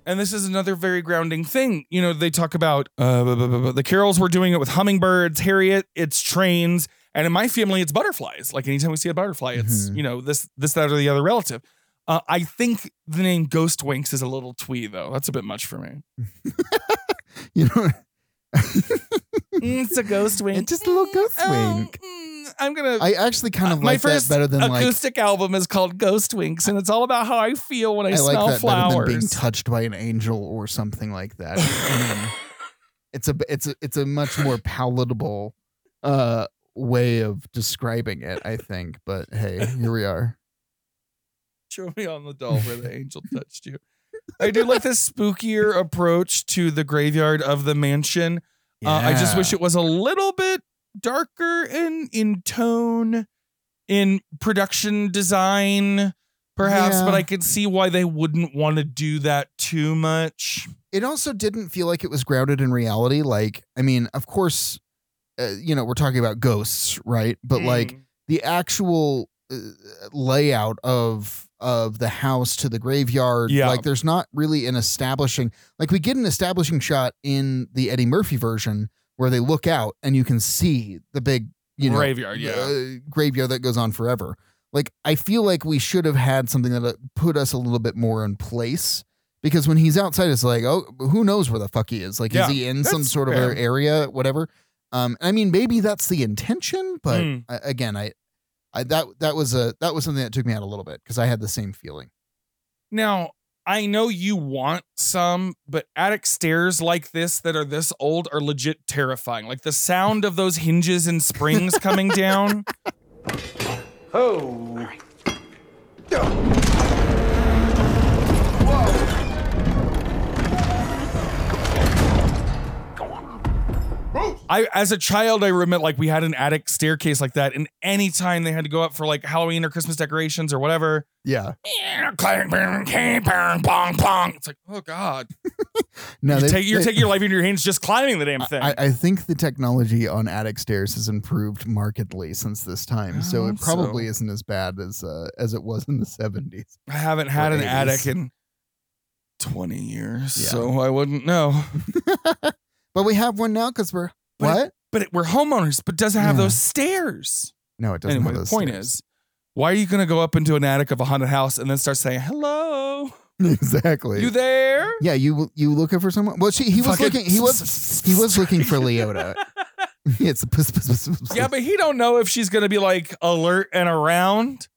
Speaker 2: And this is another very grounding thing. You know, they talk about uh, bu- bu- bu- bu- the Carols were doing it with hummingbirds, Harriet, it's trains. And in my family, it's butterflies. Like anytime we see a butterfly, it's
Speaker 3: Mm-hmm.
Speaker 2: you know this this that or the other relative. Uh, I think the name Ghost Winks is a little twee though. That's a bit much for me.
Speaker 3: You know, [LAUGHS]
Speaker 2: Mm, it's a ghost wink.
Speaker 3: it's just a little ghost wink.
Speaker 2: Mm, I'm gonna.
Speaker 3: I actually kind of
Speaker 2: Uh,
Speaker 3: like that better than like
Speaker 2: acoustic album is called Ghost Winks, and it's all about how I feel when I,
Speaker 3: I like
Speaker 2: smell
Speaker 3: that better
Speaker 2: flowers.
Speaker 3: than being touched by an angel or something like that. I
Speaker 2: [LAUGHS]
Speaker 3: mean, it's a it's a it's a much more palatable uh way of describing it, I think. But hey, here we are.
Speaker 2: Show me on the doll where the angel touched you. I do like this spookier approach to the graveyard of the mansion. Uh, I just
Speaker 3: Yeah.
Speaker 2: wish it was a little bit darker in in tone, in production design, perhaps.
Speaker 3: Yeah.
Speaker 2: But I could see why they wouldn't want to do that too much.
Speaker 3: It also didn't feel like it was grounded in reality. Like, I mean, of course, uh, you know, we're talking about ghosts, right? But like the actual uh, layout of of the house to the graveyard,
Speaker 2: Yeah.
Speaker 3: like there's not really an establishing. Like we get an establishing shot in the Eddie Murphy version where they look out and you can see the big, you know,
Speaker 2: Graveyard, yeah.
Speaker 3: uh, graveyard that goes on forever. Like I feel like we should have had something that uh, put us a little bit more in place because when he's outside, it's like, oh, who knows where the fuck he is? Like,
Speaker 2: Yeah,
Speaker 3: is he in some
Speaker 2: that's
Speaker 3: sort of
Speaker 2: fair.
Speaker 3: area, whatever? Um, I mean, maybe that's the intention, but
Speaker 2: Mm.
Speaker 3: I, again, I, I that that was a that was something that took me out a little bit because I had the same feeling.
Speaker 2: Now, I know you want some, but attic stairs like this that are this old are legit terrifying. Like the sound of those hinges and springs coming down.
Speaker 12: Oh.
Speaker 2: I as a child I remember like we had an attic staircase like that and anytime they had to go up for like Halloween or Christmas decorations or whatever.
Speaker 3: Yeah.
Speaker 2: Clang, bang, clang, bang, bong, bong. It's like, "Oh god.
Speaker 3: Now
Speaker 2: you
Speaker 3: they-
Speaker 2: take, you're
Speaker 3: they-
Speaker 2: taking your life into your hands just climbing the damn thing."
Speaker 3: I, I think the technology on attic stairs has improved markedly since this time, so
Speaker 2: I
Speaker 3: it
Speaker 2: hope
Speaker 3: probably
Speaker 2: so.
Speaker 3: isn't as bad as uh, as it was in the seventies.
Speaker 2: I haven't had
Speaker 3: Or
Speaker 2: an
Speaker 3: 80s.
Speaker 2: attic in 20 years,
Speaker 3: Yeah.
Speaker 2: so I wouldn't know.
Speaker 3: But we have one now because we're
Speaker 2: But it-
Speaker 3: what?
Speaker 2: but it, we're homeowners, but doesn't have
Speaker 3: Yeah.
Speaker 2: those stairs.
Speaker 3: no, it doesn't.
Speaker 2: anyway,
Speaker 3: have
Speaker 2: the
Speaker 3: those
Speaker 2: point
Speaker 3: stairs.
Speaker 2: is, why are you going to go up into an attic of a haunted house and then start saying, hello,
Speaker 3: [LAUGHS] exactly
Speaker 2: you there?
Speaker 3: Yeah, you you looking for someone? Well, she he was
Speaker 2: Fucking-
Speaker 3: looking.
Speaker 2: [LAUGHS]
Speaker 3: He was he was looking for Leota. [LAUGHS] it's a pus- pus- pus- pus-
Speaker 2: Yeah, but he don't know if she's going to be like alert and around.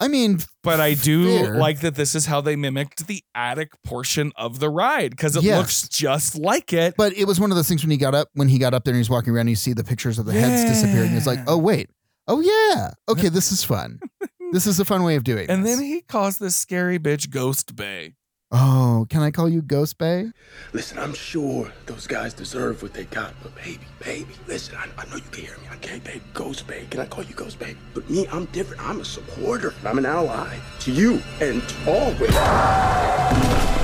Speaker 3: I mean,
Speaker 2: But I do
Speaker 3: Fair.
Speaker 2: like that this is how they mimicked the attic portion of the ride because it
Speaker 3: Yes.
Speaker 2: looks just like it.
Speaker 3: but it was one of those things when he got up when he got up there and he's walking around. And you see the pictures of the heads disappearing. He's like,
Speaker 2: Yeah.
Speaker 3: oh wait, oh yeah, okay, this is fun. This is a fun way of doing.
Speaker 2: And
Speaker 3: this.
Speaker 2: then he calls this scary bitch Ghost Bay.
Speaker 3: oh, can I call you Ghost Bay?
Speaker 12: Listen, I'm sure those guys deserve what they got, but baby, baby, listen, I, I know you can hear me. Okay, babe, Ghost Babe. Can I call you Ghost Babe? But me, I'm different. I'm a supporter. I'm an ally to you and to all women.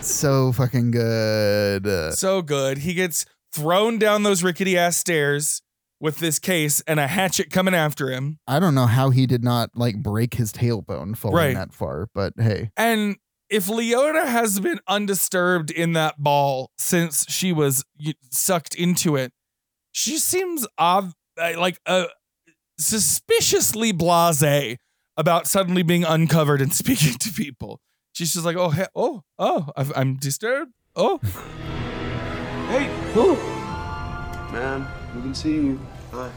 Speaker 3: So fucking good. Uh,
Speaker 2: so good. He gets thrown down those rickety ass stairs with this case and a hatchet coming after him.
Speaker 3: I don't know how he did not like break his tailbone falling
Speaker 2: Right.
Speaker 3: that far, but hey,
Speaker 2: And if Leona has been undisturbed in that ball since she was y- sucked into it, she seems ob- uh, like uh, suspiciously blasé about suddenly being uncovered and [LAUGHS] speaking to people. She's just like, oh, he- oh, oh, I've, I'm disturbed. Oh,
Speaker 8: Hey, who? Man, we can see you. Hi.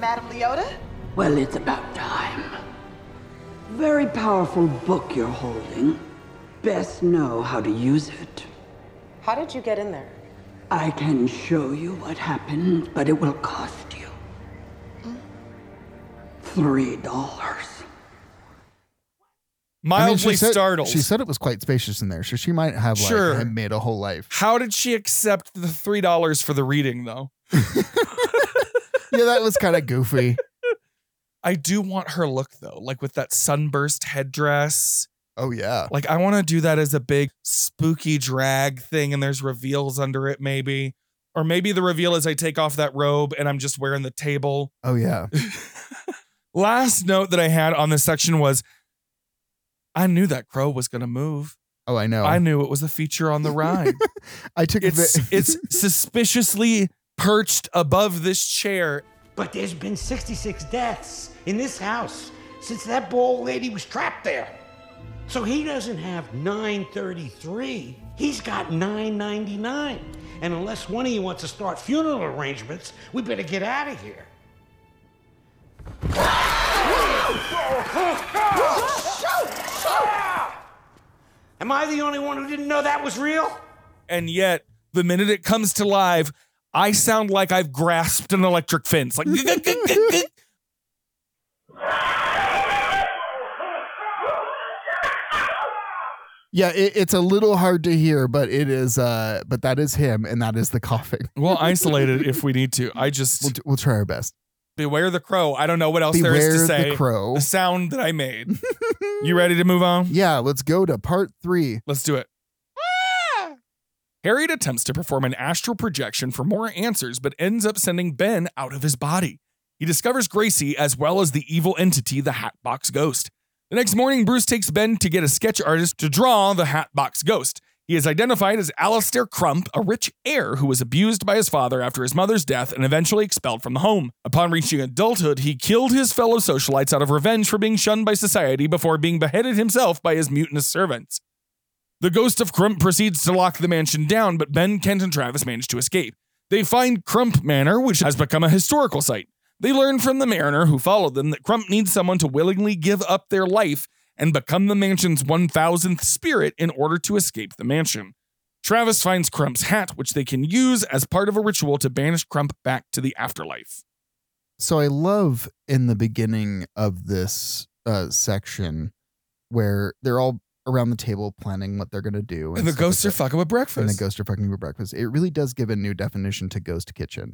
Speaker 13: Madam Leota?
Speaker 4: Well, it's about time. Very powerful book you're holding. Best know how to use it.
Speaker 10: How did you get in there?
Speaker 4: I can show you what happened, but it will cost you. Three dollars.
Speaker 3: I mean,
Speaker 2: mildly
Speaker 3: she said,
Speaker 2: startled.
Speaker 3: She said it was quite spacious in there, so she might have like
Speaker 2: Sure.
Speaker 3: had made a whole life.
Speaker 2: How did she accept the three dollars for the reading though?
Speaker 3: yeah, that was kind of goofy.
Speaker 2: I do want her look though, like with that sunburst headdress.
Speaker 3: Oh yeah.
Speaker 2: Like I want to do that as a big spooky drag thing, and there's reveals under it maybe, or maybe the reveal is I take off that robe and I'm just wearing the table.
Speaker 3: Oh yeah.
Speaker 2: Last note that I had on this section was, I knew that crow was gonna move.
Speaker 3: Oh, I know.
Speaker 2: I knew it was a feature
Speaker 3: [LAUGHS]
Speaker 2: on the ride.
Speaker 3: I took
Speaker 2: it's,
Speaker 3: [LAUGHS] a vi-
Speaker 2: it's suspiciously perched above this chair.
Speaker 15: But there's been 66 deaths in this house since that bald lady was trapped there. So he doesn't have 933. He's got 999. And unless one of you wants to start funeral arrangements, we better get out of here. Am I the only one who didn't know that was real?
Speaker 2: And yet, the minute it comes to live, I sound like I've grasped an electric
Speaker 3: [LAUGHS]
Speaker 2: fence. Like [LAUGHS]
Speaker 3: yeah, it, it's a little hard to hear, but it is. Uh, but that is him, and that is the [LAUGHS] coughing.
Speaker 2: We'll isolate it if we need to. I just
Speaker 3: We'll, we'll try our best.
Speaker 2: beware the crow. I don't know what else there is
Speaker 3: Beware
Speaker 2: to
Speaker 3: the
Speaker 2: say.
Speaker 3: crow.
Speaker 2: The sound that I
Speaker 3: [LAUGHS]
Speaker 2: made. you ready to move on?
Speaker 3: Yeah, let's go to part three.
Speaker 2: Let's do it. Harriet attempts to perform an astral projection for more answers, but ends up sending Ben out of his body. He discovers Gracie as well as the evil entity, the Hatbox Ghost. The next morning, Bruce takes Ben to get a sketch artist to draw the Hatbox Ghost. He is identified as Alistair Crump, a rich heir who was abused by his father after his mother's death and eventually expelled from the home. Upon reaching adulthood, he killed his fellow socialites out of revenge for being shunned by society before being beheaded himself by his mutinous servants. The ghost of Crump proceeds to lock the mansion down, but Ben, Kent, and Travis manage to escape. They find Crump Manor, which has become a historical site. They learn from the mariner who followed them that Crump needs someone to willingly give up their life and become the mansion's 1000th spirit in order to escape the mansion. Travis finds Crump's hat, which they can use as part of a ritual to banish Crump back to the afterlife.
Speaker 3: So I love in the beginning of this uh, section where they're all around the table planning what they're gonna do,
Speaker 2: And the
Speaker 3: stuff like
Speaker 2: ghosts are
Speaker 3: that.
Speaker 2: fucking with breakfast.
Speaker 3: And the ghosts are fucking with breakfast. It really does give a new definition to
Speaker 2: [LAUGHS]
Speaker 3: ghost kitchen.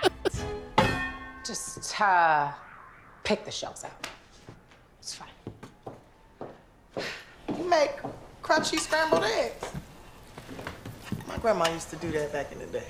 Speaker 3: [LAUGHS]
Speaker 10: Just uh, pick the shells out. It's fine.
Speaker 13: You make crunchy scrambled eggs. My grandma used to do that back in the day.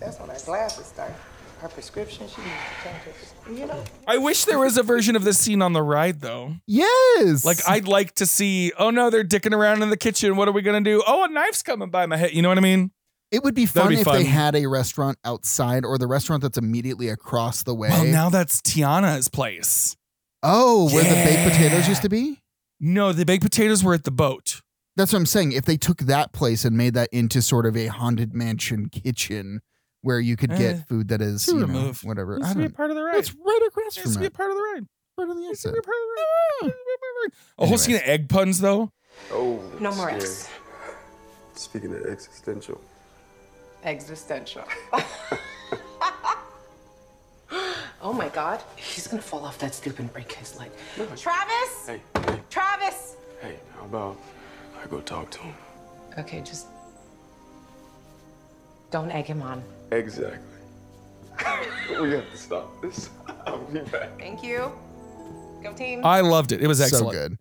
Speaker 13: That's when her glasses started. Her prescription, she needed to change her prescription. You know,
Speaker 2: I wish there was a version of this scene on the ride, though.
Speaker 3: yes.
Speaker 2: Like, I'd like to see, oh no, they're dicking around in the kitchen. What are we going to do? Oh, a knife's coming by my head. You know what I mean?
Speaker 3: it would be
Speaker 2: That'd
Speaker 3: fun
Speaker 2: be
Speaker 3: if
Speaker 2: fun.
Speaker 3: they had a restaurant outside or the restaurant that's immediately across the way.
Speaker 2: Well, now that's Tiana's place.
Speaker 3: oh, where the baked potatoes used to be?
Speaker 2: No, the baked potatoes were at the boat.
Speaker 3: That's what I'm saying. If they took that place and made that into sort of a haunted mansion kitchen where you could get
Speaker 2: Eh,
Speaker 3: food that is,
Speaker 2: too
Speaker 3: you know,
Speaker 2: removed.
Speaker 3: whatever.
Speaker 2: Needs
Speaker 3: I
Speaker 2: to be a
Speaker 3: don't,
Speaker 2: part of the ride.
Speaker 3: it's right across
Speaker 2: Needs to
Speaker 3: from
Speaker 2: be a
Speaker 3: it.
Speaker 2: part of the ride.
Speaker 3: Right on the
Speaker 2: Needs to
Speaker 3: exit.
Speaker 2: be a part
Speaker 3: Ah.
Speaker 2: of the ride. A whole
Speaker 3: Anyways.
Speaker 2: scene of egg puns, though.
Speaker 8: Oh,
Speaker 10: No more
Speaker 8: scary.
Speaker 10: eggs.
Speaker 8: Speaking of existential,
Speaker 10: [LAUGHS] Existential. [GASPS] oh my God. He's gonna fall off that stoop and break his leg. Travis!
Speaker 8: hey, hey,
Speaker 10: Travis!
Speaker 8: hey, how about I go talk to him?
Speaker 10: Okay, just don't egg him on.
Speaker 8: Exactly. [LAUGHS] we have to stop this. I'll be back.
Speaker 10: Thank you. Go team.
Speaker 2: I loved it. It was
Speaker 3: so
Speaker 2: excellent.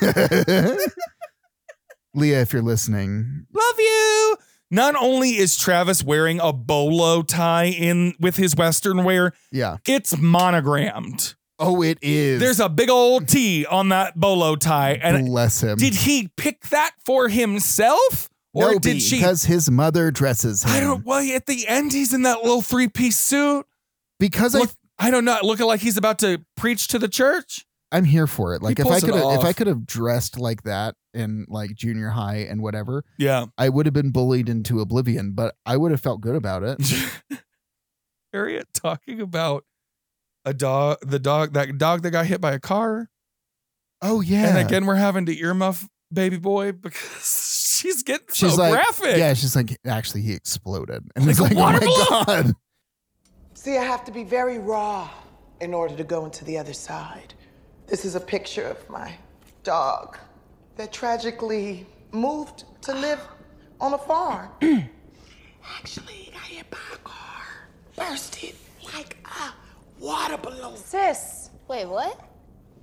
Speaker 3: good.
Speaker 2: [LAUGHS]
Speaker 3: [LAUGHS] Leah, if you're listening,
Speaker 2: Love you. Not only is Travis wearing a bolo tie in with his Western wear,
Speaker 3: yeah.
Speaker 2: it's monogrammed.
Speaker 3: Oh, it is.
Speaker 2: There's a big old T on that bolo tie. And
Speaker 3: bless him.
Speaker 2: did he pick that for himself? Or
Speaker 3: no,
Speaker 2: did she?
Speaker 3: because his mother dresses him.
Speaker 2: I don't. Well, at the end, he's in that little three piece suit.
Speaker 3: because
Speaker 2: Look, I don't know. Looking like he's about to preach to the church.
Speaker 3: I I'm here for it. Like if I
Speaker 2: pulls it
Speaker 3: could if
Speaker 2: off.
Speaker 3: I could have dressed like that in like junior high and whatever,
Speaker 2: Yeah.
Speaker 3: I would have been bullied into oblivion, but I would have felt good about it.
Speaker 2: [LAUGHS] [LAUGHS] Harriet talking about a dog, the dog, that dog that got hit by a car.
Speaker 3: Oh yeah.
Speaker 2: And again, we're having to earmuff baby boy because [LAUGHS] she's getting
Speaker 3: she's
Speaker 2: so
Speaker 3: like,
Speaker 2: graphic.
Speaker 3: yeah, she's like, actually, he exploded, and it's
Speaker 2: Like a
Speaker 3: like, oh my
Speaker 2: water balloon?
Speaker 3: god,
Speaker 13: See, I have to be very raw in order to go into the other side. This is a picture of my dog that tragically moved to live on a farm. Actually, he got hit by a car, bursted like a water balloon.
Speaker 10: Sis,
Speaker 7: Wait, what?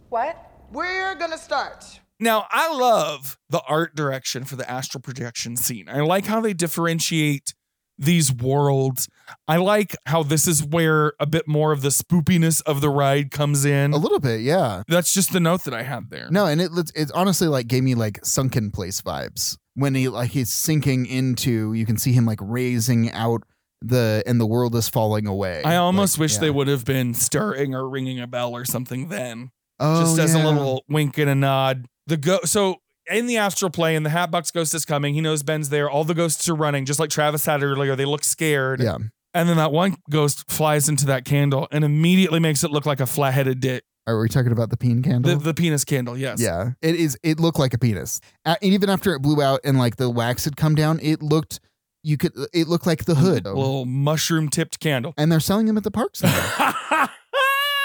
Speaker 10: what?
Speaker 13: We're gonna start.
Speaker 2: Now, I love the art direction for the astral projection scene. I like how they differentiate these worlds. I like how this is where a bit more of the spoopiness of the ride comes in.
Speaker 3: A little bit, yeah.
Speaker 2: That's just the note that I had there.
Speaker 3: No, and it it's honestly like gave me like sunken place vibes when he like he's sinking into. You can see him like raising out the and the world is falling away.
Speaker 2: I almost
Speaker 3: Like,
Speaker 2: wish
Speaker 3: yeah.
Speaker 2: they would have been stirring or ringing a bell or something then.
Speaker 3: Oh,
Speaker 2: just as a
Speaker 3: yeah.
Speaker 2: little wink and a nod. The go so in the astral plane, the Hatbox ghost is coming. He knows Ben's there. All the ghosts are running, just like Travis had earlier. They look scared.
Speaker 3: Yeah.
Speaker 2: And then that one ghost flies into that candle and immediately makes it look like a flat-headed dick.
Speaker 3: Are we talking about the peen candle?
Speaker 2: The, the penis candle, yes.
Speaker 3: Yeah, it is. It looked like a penis, A- and even after it blew out and like the wax had come down, it looked. You could. uh, It looked like the hood.
Speaker 2: Little mushroom-tipped candle.
Speaker 3: And they're selling them at
Speaker 2: [LAUGHS]
Speaker 3: the parks. now.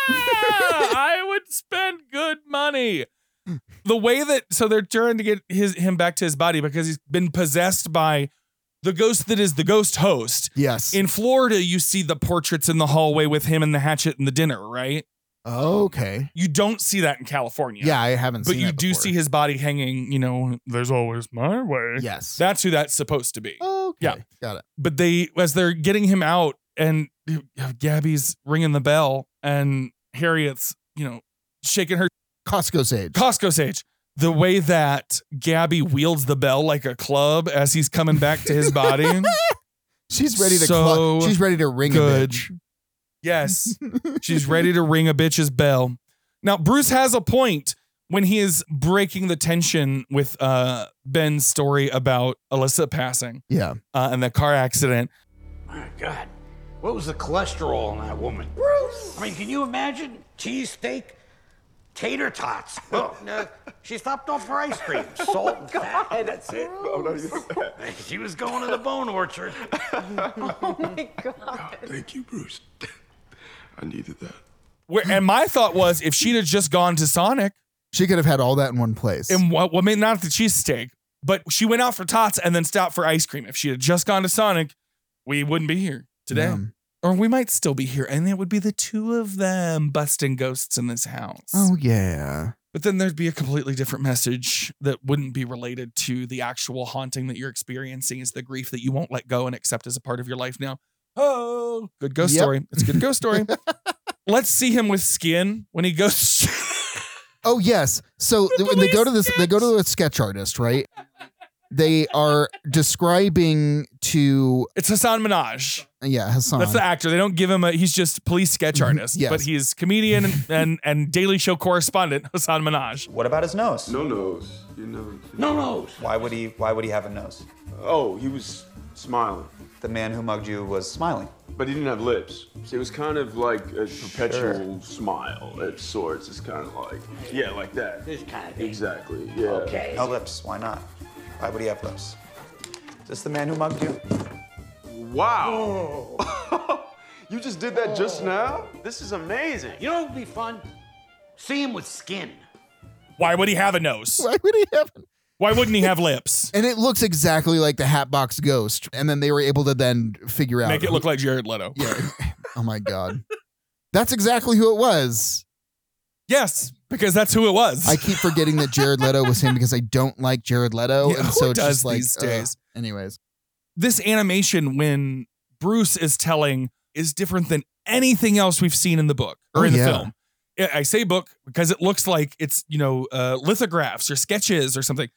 Speaker 2: I would spend good money. The way that so they're trying to get his him back to his body because he's been possessed by the ghost that is the ghost host.
Speaker 3: yes.
Speaker 2: In Florida, you see the portraits in the hallway with him and the hatchet and the dinner, right?
Speaker 3: okay.
Speaker 2: You don't see that in California.
Speaker 3: Yeah, I haven't
Speaker 2: But
Speaker 3: seen
Speaker 2: you
Speaker 3: that
Speaker 2: do
Speaker 3: before.
Speaker 2: see his body hanging, you know, there's always my way.
Speaker 3: Yes.
Speaker 2: That's who that's supposed to be.
Speaker 3: Okay.
Speaker 2: Yeah.
Speaker 3: Got it.
Speaker 2: But they, as they're getting him out, and Gabby's ringing the bell, and Harriet's, you know, shaking her
Speaker 3: Costco sage.
Speaker 2: Costco sage. The way that Gabby wields the bell like a club as he's coming back to his body.
Speaker 3: She's ready to.
Speaker 2: So
Speaker 3: clo- she's ready to ring a
Speaker 2: good.
Speaker 3: bitch.
Speaker 2: Yes. She's ready to ring a bitch's bell. Now, Bruce has a point when he is breaking the tension with uh, Ben's story about Alyssa passing
Speaker 3: Yeah.
Speaker 2: uh, and the car accident.
Speaker 15: My God, what was the cholesterol in that woman? Bruce! I mean, can you imagine cheesesteak, tater
Speaker 13: [LAUGHS]
Speaker 15: tots? Oh, no, she stopped off for ice cream,
Speaker 13: Oh
Speaker 15: salt and fat. that's it.
Speaker 12: Oh, no, you don't.
Speaker 15: [LAUGHS] She was going to the bone orchard.
Speaker 7: Oh my god.
Speaker 12: Thank you,
Speaker 8: [LAUGHS]
Speaker 12: Bruce. I needed that.
Speaker 2: Where, and my thought was if she'd have just gone to Sonic,
Speaker 3: She could have had all that in one place.
Speaker 2: and what, well, I mean, not the cheesesteak, but she went out for tots and then stopped for ice cream. If she had just gone to Sonic, we wouldn't be here today.
Speaker 3: Yum.
Speaker 2: Or we might still be here, and it would be the two of them busting ghosts in this house.
Speaker 3: Oh yeah.
Speaker 2: But then there'd be a completely different message that wouldn't be related to the actual haunting that you're experiencing is the grief that you won't let go and accept as a part of your life now. Oh, good ghost
Speaker 3: Yep.
Speaker 2: story. It's a good ghost
Speaker 3: [LAUGHS]
Speaker 2: story. Let's see him with skin when he goes. [LAUGHS]
Speaker 3: Oh yes. So th- when they go to this, they go to a sketch artist, right? They are describing to
Speaker 2: it's Hassan Minaj.
Speaker 3: yeah Hassan. [LAUGHS]
Speaker 2: That's the actor. They don't give him a, he's just police sketch artist,
Speaker 3: Mm-hmm. Yes.
Speaker 2: but he's comedian
Speaker 3: [LAUGHS]
Speaker 2: and, and, and Daily Show correspondent, [LAUGHS] Hassan Minaj.
Speaker 16: What about his nose?
Speaker 8: No nose. You know.
Speaker 15: No nose.
Speaker 16: Why would he why would he have a nose?
Speaker 8: Oh, he was smiling,
Speaker 16: The man who mugged you was smiling.
Speaker 8: but he didn't have lips. So it was kind of like a perpetual smile at sorts. It's kind of like, yeah, like that.
Speaker 15: This kind of thing.
Speaker 8: Exactly. Yeah.
Speaker 15: Okay.
Speaker 16: No lips, why not? Why would he have lips? Is this the man who mugged you? [LAUGHS]
Speaker 8: Wow. you just did that just now? This is amazing.
Speaker 15: You know what would be fun? See him with skin.
Speaker 2: Why would he have a nose?
Speaker 3: Why would he have?
Speaker 2: Why wouldn't he have
Speaker 3: [LAUGHS]
Speaker 2: lips?
Speaker 3: And it looks exactly like the Hatbox Ghost, and then they were able to then figure out.
Speaker 2: Make it look like Jared Leto.
Speaker 3: oh my god, that's exactly who it was.
Speaker 2: Yes, because that's who it was.
Speaker 3: I keep forgetting that Jared Leto was him because I don't like Jared
Speaker 2: [LAUGHS]
Speaker 3: Leto,
Speaker 2: Yeah,
Speaker 3: and
Speaker 2: who
Speaker 3: so it's
Speaker 2: does
Speaker 3: just like
Speaker 2: these days?
Speaker 3: ugh. Anyways,
Speaker 2: this animation when Bruce is telling is different than anything else we've seen in the book or
Speaker 3: Oh,
Speaker 2: in the
Speaker 3: yeah.
Speaker 2: film. I- I say book because it looks like it's, you know, uh, lithographs or sketches or something.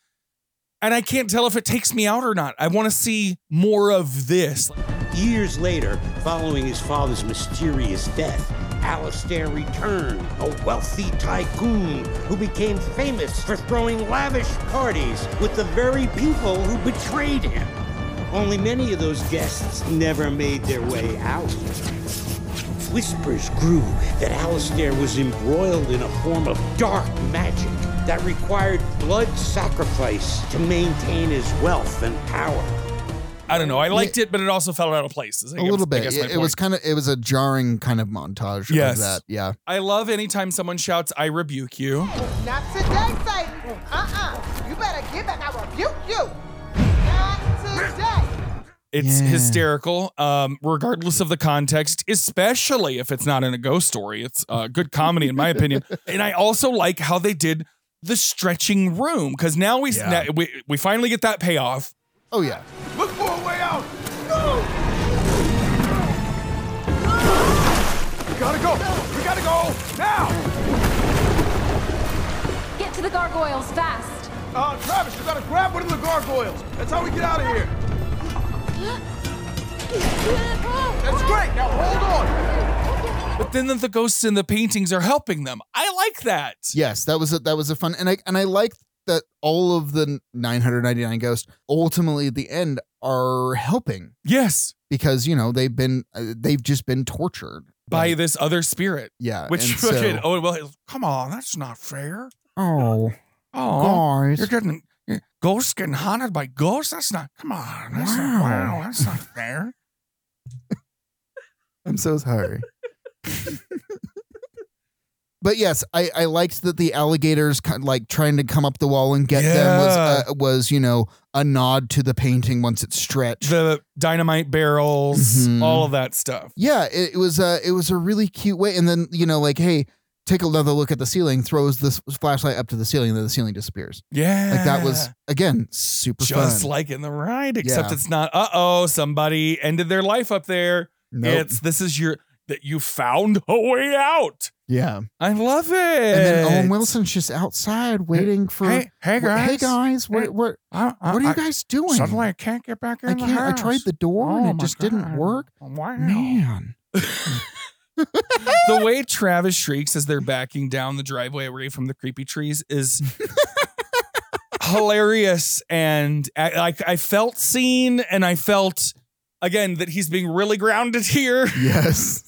Speaker 2: And I can't tell if it takes me out or not. I want to see more of this.
Speaker 15: Years later, following his father's mysterious death, Alistair returned, a wealthy tycoon who became famous for throwing lavish parties with the very people who betrayed him. Only many of those guests never made their way out. Whispers grew that Alistair was embroiled in a form of dark magic that required blood sacrifice to maintain his wealth and power.
Speaker 2: I don't know. I liked it, but it also fell out of place. is I
Speaker 3: a
Speaker 2: guess-
Speaker 3: little
Speaker 2: I,
Speaker 3: bit.
Speaker 2: guess my
Speaker 3: It, it was
Speaker 2: point.
Speaker 3: kind of it was a jarring kind of montage.
Speaker 2: Yes.
Speaker 3: Of that. Yeah.
Speaker 2: I love anytime someone shouts, I rebuke you.
Speaker 13: Not today, Satan. Uh-uh. You better get back. I rebuke you. Not today.
Speaker 2: It's hysterical, um, regardless of the context, especially if it's not in a ghost story. It's uh, good comedy, in my
Speaker 3: [LAUGHS]
Speaker 2: opinion. And I also like how they did the stretching room because now we, now we we finally get that payoff.
Speaker 3: Oh yeah.
Speaker 12: Look for a way out. No.
Speaker 16: Gotta go! We gotta go! Now!
Speaker 17: Get to the gargoyles fast.
Speaker 16: Uh, Travis, you gotta grab one of the gargoyles. That's how we get out of here. That's great! Now hold on!
Speaker 2: But then the ghosts in the paintings are helping them. I like that.
Speaker 3: Yes, that was a, that was a fun and I and I like that all of the 999 ghosts ultimately at the end are helping.
Speaker 2: Yes,
Speaker 3: because you know they've been uh, they've just been tortured.
Speaker 2: [LAUGHS] by this other spirit.
Speaker 3: Yeah,
Speaker 2: Which
Speaker 3: Uh, and
Speaker 2: [LAUGHS]
Speaker 3: so-
Speaker 2: fucking oh well, come on, that's not fair.
Speaker 3: Oh,
Speaker 2: Oh,
Speaker 3: Guys.
Speaker 2: you're getting you're- ghosts getting haunted by ghosts. That's not. Come on, that's not.
Speaker 3: Wow.
Speaker 2: Wow, that's not fair.
Speaker 3: [LAUGHS] I'm so sorry. [LAUGHS] but yes, I, I liked that the alligators kind like trying to come up the wall and get them was
Speaker 2: Yeah.
Speaker 3: uh, was you know a nod to the painting once it's
Speaker 2: [LAUGHS]
Speaker 3: stretched.
Speaker 2: The dynamite barrels,
Speaker 3: Mhm.
Speaker 2: all of that stuff.
Speaker 3: Yeah, it, it was a it was a really cute way. And then you know like hey, take another look at the ceiling. Throws this flashlight up to the ceiling, and then the ceiling disappears.
Speaker 2: Yeah,
Speaker 3: like that was again super
Speaker 2: just
Speaker 3: fun.
Speaker 2: like in the ride, except
Speaker 3: Yeah.
Speaker 2: it's not. Uh oh, somebody ended their life up there.
Speaker 3: Nope.
Speaker 2: It's this is your that you found a way out.
Speaker 3: yeah.
Speaker 2: I love it.
Speaker 3: And then Owen Wilson's just outside waiting for.
Speaker 2: Hey, hey guys.
Speaker 3: Hey guys, what what
Speaker 2: I- I-
Speaker 3: what are you
Speaker 2: I-
Speaker 3: guys doing?
Speaker 2: Suddenly, I can't get back in
Speaker 3: I
Speaker 2: the
Speaker 3: can't. I
Speaker 2: house.
Speaker 3: tried the door
Speaker 2: Oh
Speaker 3: and
Speaker 2: my
Speaker 3: it just didn't
Speaker 2: God.
Speaker 3: work.
Speaker 2: Wow.
Speaker 3: Man,
Speaker 2: the way Travis shrieks as they're backing down the driveway away from the creepy trees is hilarious. And I, like I felt seen, and I felt again that he's being really grounded here.
Speaker 3: Yes.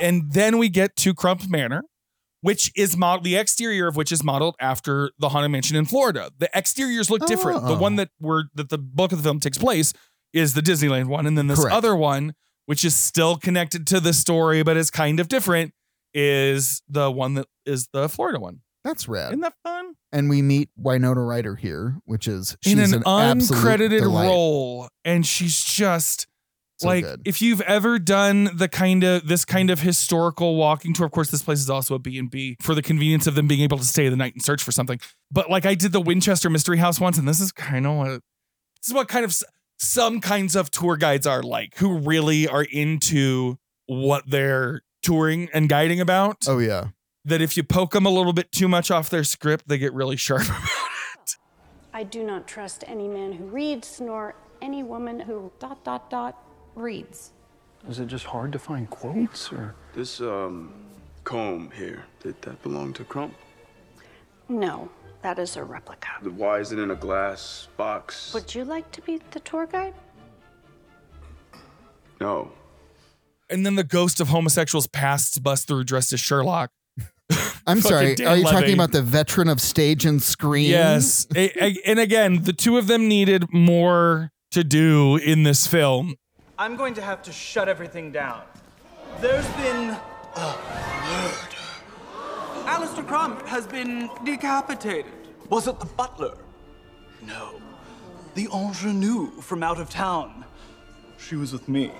Speaker 2: And then we get to Crump Manor, which is modeled, the exterior of which is modeled after the Haunted Mansion in Florida. The exteriors look different. The
Speaker 3: Oh.
Speaker 2: one that we're, that the bulk of the film takes place is the Disneyland one. And then this
Speaker 3: Correct.
Speaker 2: other one, which is still connected to the story, but is kind of different, is the one that is the Florida one.
Speaker 3: that's rad.
Speaker 2: Isn't that fun?
Speaker 3: And we meet Winona Ryder here, which is she's
Speaker 2: in an,
Speaker 3: absolute
Speaker 2: uncredited
Speaker 3: delight.
Speaker 2: role. And she's just
Speaker 3: So
Speaker 2: like
Speaker 3: good.
Speaker 2: if you've ever done the kind of this kind of historical walking tour of course this place is also a b&b for the convenience of them being able to stay the night and search for something but like i did the winchester mystery house once and this is kind of what this is what kind of s- some kinds of tour guides are like who really are into what they're touring and guiding about
Speaker 3: Oh yeah,
Speaker 2: that if you poke them a little bit too much off their script they get really sharp
Speaker 18: I do not trust any man who reads, nor any woman who dot dot dot reads.
Speaker 11: Is it just hard to find quotes or?
Speaker 8: This um comb here, did that belong to Crump?
Speaker 18: No, that is a replica.
Speaker 8: Why is it in a glass box?
Speaker 18: Would you like to be the tour guide?
Speaker 8: No.
Speaker 2: and then the ghost of homosexuals pasts bus through dressed as sherlock Fucking
Speaker 3: I'm sorry.
Speaker 2: Dan
Speaker 3: Are you
Speaker 2: Levy.
Speaker 3: talking about the veteran of stage and screen?
Speaker 2: Yes. A- a- and again, the two of them needed more to do in this film.
Speaker 19: I'm going to have to shut everything down. There's been a murder. Alistair Crump has been decapitated. Was it the butler? No. The ingenue from out of town. She was with me.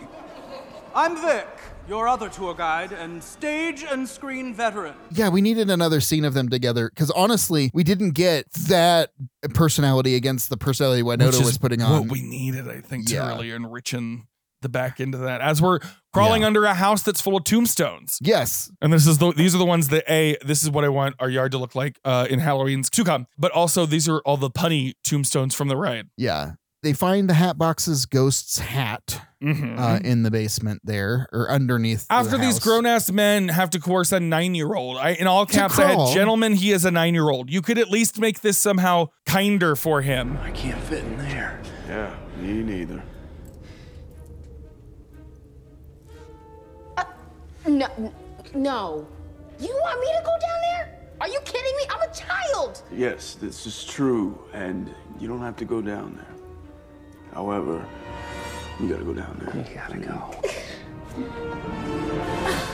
Speaker 19: I'm Vic, your other tour guide and stage and screen veteran.
Speaker 3: Yeah, we needed another scene of them together because honestly, we didn't get that personality against the personality Winona
Speaker 2: which is
Speaker 3: was putting on.
Speaker 2: What we needed, I think, to
Speaker 3: Yeah.
Speaker 2: really enrichen the back end of that. As we're crawling under a house that's full of tombstones.
Speaker 3: Yes.
Speaker 2: And this is the, these are the ones that a this is what I want our yard to look like uh, in Halloween's to come. But also these are all the punny tombstones from the ride.
Speaker 3: yeah, they find the hat box's ghost's hat
Speaker 2: Mhm.
Speaker 3: uh, in the basement there or underneath. the
Speaker 2: After these
Speaker 3: house.
Speaker 2: grown ass men have to coerce a nine year old, I in all
Speaker 3: To
Speaker 2: caps I had
Speaker 3: crawl.
Speaker 2: gentlemen, he is a nine year old. You could at least make this somehow kinder for him.
Speaker 3: Oh
Speaker 11: I can't fit in there.
Speaker 8: Yeah, me neither.
Speaker 7: No, n- no. You want me to go down there? Are you kidding me? I'm a child.
Speaker 8: Yes, this is true, and you don't have to go down there. However, you gotta go down there. You gotta go.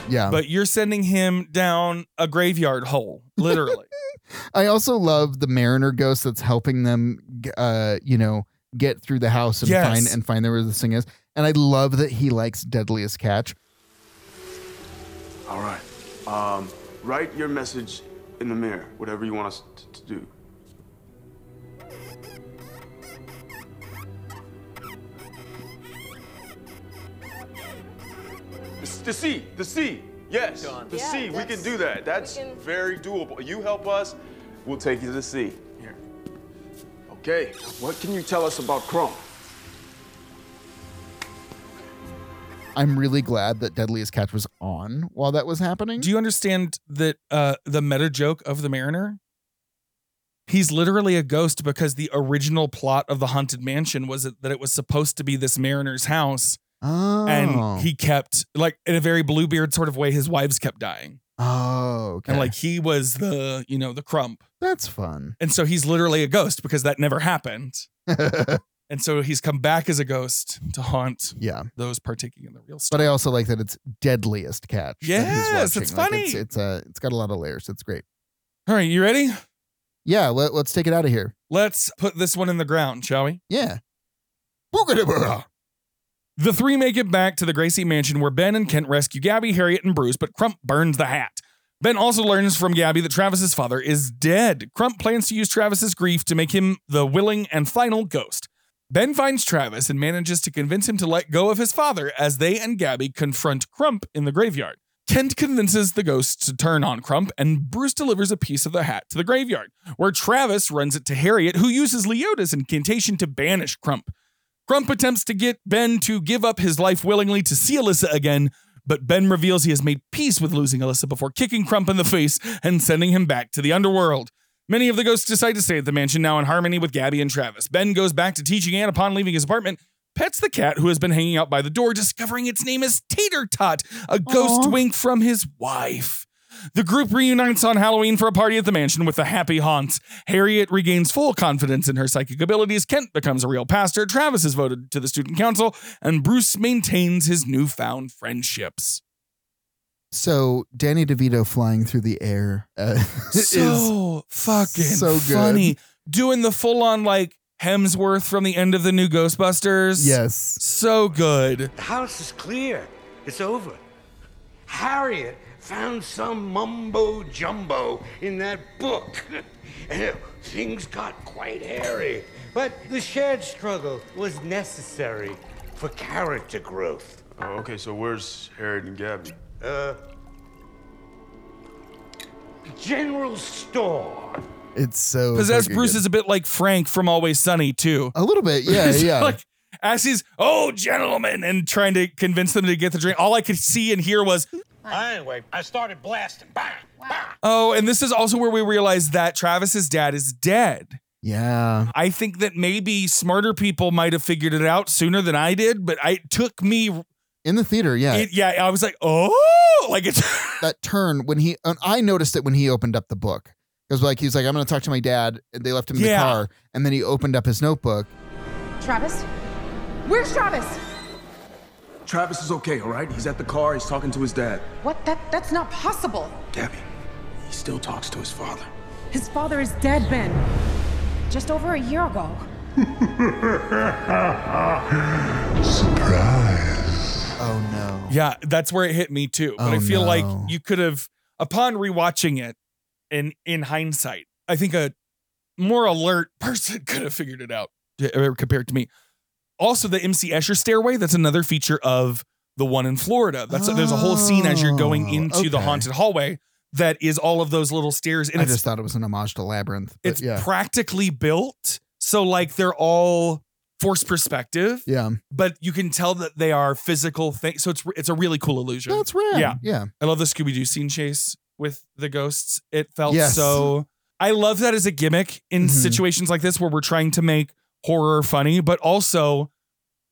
Speaker 3: Yeah.
Speaker 2: But you're sending him down a graveyard hole,
Speaker 3: [LAUGHS]
Speaker 2: literally.
Speaker 3: I also love the Mariner ghost that's helping them, g- uh, you know, get through the house and
Speaker 2: Yes.
Speaker 3: find and find out where this thing is. And I love that he likes Deadliest Catch.
Speaker 8: All right. Um, write your message in the mirror, whatever you want us t- to do. It's the C, the C. Yes, the
Speaker 20: Yeah,
Speaker 8: C. We can
Speaker 20: that's-
Speaker 8: do that. That's
Speaker 20: we can-
Speaker 8: very doable. You help us, we'll take you to the C. Here. Okay. What can you tell us about Chrome?
Speaker 3: I'm really glad that Deadliest Catch was on while that was happening.
Speaker 2: Do you understand that uh, the meta joke of the Mariner? He's literally a ghost because the original plot of the Haunted Mansion was that it was supposed to be this Mariner's house,
Speaker 3: Oh.
Speaker 2: and he kept like in a very Bluebeard sort of way. His wives kept dying,
Speaker 3: Oh, okay.
Speaker 2: and like he was the you know the crump,
Speaker 3: that's fun. [LAUGHS]
Speaker 2: and so he's literally a ghost because that never happened, and so he's come back as a ghost to haunt
Speaker 3: Yeah.
Speaker 2: those partaking in the real stuff.
Speaker 3: But I also like that it's deadliest catch. that he's
Speaker 2: Yes,
Speaker 3: watching.
Speaker 2: it's
Speaker 3: Like,
Speaker 2: funny.
Speaker 3: It's it's, uh, it's got a lot of layers. It's great.
Speaker 2: All right, you ready?
Speaker 3: Yeah, let, let's take it out of here.
Speaker 2: Let's put this one in the ground, shall we?
Speaker 3: Yeah. Boogadabrah.
Speaker 2: The three make it back to the Gracie mansion where Ben and Kent rescue Gabby, Harriet, and Bruce, but Crump burns the hat. Ben also learns from Gabby that Travis's father is dead. Crump plans to use Travis's grief to make him the willing and final ghost. Ben finds Travis and manages to convince him to let go of his father as they and Gabby confront Crump in the graveyard. Kent convinces the ghost to turn on Crump, and Bruce delivers a piece of the hat to the graveyard, where Travis runs it to Harriet, who uses Leota's incantation to banish Crump. Crump attempts to get Ben to give up his life willingly to see Alyssa again, but Ben reveals he has made peace with losing Alyssa before kicking Crump in the face and sending him back to the underworld. Many of the ghosts decide to stay at the mansion now in harmony with Gabby and Travis. Ben goes back to teaching and upon leaving his apartment, pets the cat who has been hanging out by the door, discovering its name is Tater Tot, a ghost wink from his wife. The group reunites on Halloween for a party at the mansion with the happy haunts. Harriet regains full confidence in her psychic abilities. Kent becomes a real pastor. Travis is voted to the student council, and Bruce maintains his newfound friendships.
Speaker 3: So Danny DeVito flying through the air uh, [LAUGHS]
Speaker 2: So fucking
Speaker 3: so good.
Speaker 2: funny. Doing the full on like Hemsworth from the end of the new Ghostbusters.
Speaker 3: Yes.
Speaker 2: So good.
Speaker 15: The house is clear. It's over. Harriet found some mumbo jumbo in that book. [LAUGHS] And Things got quite hairy. But the shared struggle was necessary for character growth.
Speaker 8: Oh, okay, so where's Harriet and Gabby?
Speaker 15: Uh, general store.
Speaker 3: is. It's so
Speaker 2: Possessed
Speaker 3: fucking
Speaker 2: Bruce
Speaker 3: good.
Speaker 2: is a bit like Frank from Always Sunny, too.
Speaker 3: A
Speaker 2: [LAUGHS]
Speaker 3: little bit, yeah, yeah.
Speaker 2: like, as he's, oh, gentlemen, and trying to convince them to get the drink, all I could see and hear was,
Speaker 15: Anyway, I started blasting. Bang!
Speaker 2: oh, and this is also where we realize that Travis's dad is dead.
Speaker 3: Yeah.
Speaker 2: I think that maybe smarter people might have figured it out sooner than I did, but I, it took me.
Speaker 3: In the theater, yeah.
Speaker 2: It, yeah, I was like, oh, like it's. [LAUGHS]
Speaker 3: that turn when he and I noticed it when he opened up the book. Because like he was like, I'm gonna talk to my dad, and they left him in
Speaker 10: Yeah.
Speaker 3: the car, and then he opened up his notebook.
Speaker 10: Travis? Where's Travis?
Speaker 8: Travis is okay, all right? He's at the car, he's talking to his dad.
Speaker 7: What? That that's not possible.
Speaker 8: Gabby, he still talks to his father.
Speaker 17: His father is dead, Ben. Just over a year ago.
Speaker 3: Oh no.
Speaker 2: Yeah, that's where it hit me too. But
Speaker 3: Oh,
Speaker 2: I feel like
Speaker 3: no.
Speaker 2: you could have, upon rewatching it, in in hindsight, I think a more alert [LAUGHS] person could have figured it out uh, compared to me. Also, the MC Escher stairway. That's another feature of the one in Florida. That's there's a whole scene as you're going
Speaker 3: Oh,
Speaker 2: into the
Speaker 3: okay.
Speaker 2: haunted hallway that is all of those little stairs, and
Speaker 3: I
Speaker 2: it's
Speaker 3: just thought it was an homage to Labyrinth. but
Speaker 2: it's
Speaker 3: yeah.
Speaker 2: practically built. So like they're all forced perspective,
Speaker 3: yeah.
Speaker 2: but you can tell that they are physical things. So it's it's a really cool illusion.
Speaker 3: That's rad.
Speaker 2: Yeah.
Speaker 3: Yeah.
Speaker 2: I love the Scooby Doo scene chase with the ghosts. It felt
Speaker 3: Yes.
Speaker 2: so. I love that as a gimmick in
Speaker 3: Mhm.
Speaker 2: situations like this where we're trying to make horror funny, but also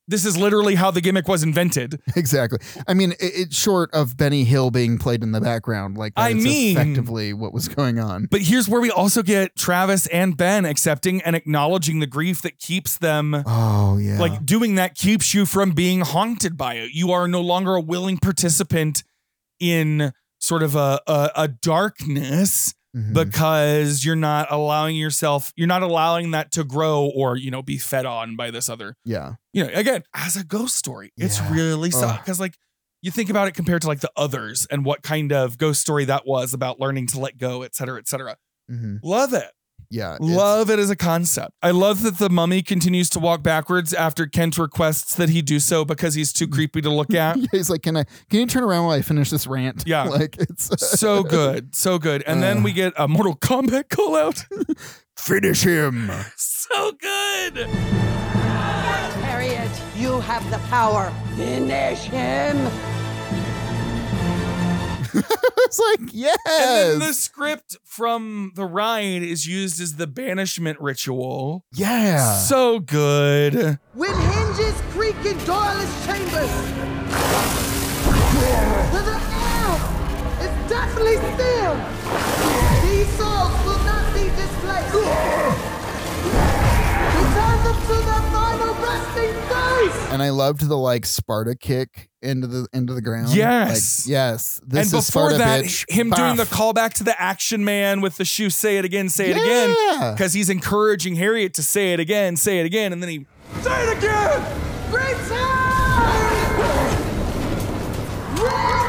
Speaker 2: this is literally how the gimmick was invented.
Speaker 3: Exactly. I mean, it, it's short of Benny Hill being played in the background. Like,
Speaker 2: I
Speaker 3: that's
Speaker 2: mean-
Speaker 3: effectively what was going on.
Speaker 2: But here's where we also get Travis and Ben accepting and acknowledging the grief that keeps them.
Speaker 3: Oh yeah.
Speaker 2: Like doing that keeps you from being haunted by it. You are no longer a willing participant in sort of a a, a darkness
Speaker 3: Mm-hmm.
Speaker 2: because you're not allowing yourself, you're not allowing that to grow or you know be fed on by this other.
Speaker 3: yeah.
Speaker 2: You know, again, as a ghost story, it's really
Speaker 3: Ugh.
Speaker 2: sad because like you think about it compared to like the others and what kind of ghost story that was about learning to let go, et cetera, et cetera.
Speaker 3: Mhm.
Speaker 2: Love it.
Speaker 3: Yeah.
Speaker 2: Love it as a concept. I love that the mummy continues to walk backwards after Kent requests that he do so because he's too creepy to look
Speaker 3: [LAUGHS]
Speaker 2: at.
Speaker 3: He's like, can I? Can you turn around while I finish this rant?
Speaker 2: Yeah.
Speaker 3: [LAUGHS] like it's
Speaker 2: so good. So good. And then we get a Mortal Kombat call
Speaker 3: [LAUGHS]
Speaker 2: out.
Speaker 3: Finish him.
Speaker 2: so good.
Speaker 20: Harriet, you have the power. Finish him.
Speaker 3: [LAUGHS] it's like yes.
Speaker 2: And then the script from the ride is used as the banishment ritual.
Speaker 3: Ah. Yeah.
Speaker 2: So good.
Speaker 20: When hinges creak in doorless chambers. To the air is deathly still. These souls will not be displaced. Return them to their final resting place.
Speaker 3: And I loved the like Sparta kick into the into the ground.
Speaker 2: Yes.
Speaker 3: Like, yes. This
Speaker 2: and
Speaker 3: is
Speaker 2: before
Speaker 3: Sparta,
Speaker 2: that,
Speaker 3: bitch.
Speaker 2: him doing the
Speaker 3: Baf.
Speaker 2: callback to the action man with the shoe, say it again, say it
Speaker 3: Yeah.
Speaker 2: again. Because he's encouraging Harriet to say it again, say it again. And then he
Speaker 20: Say it again! Return! Return!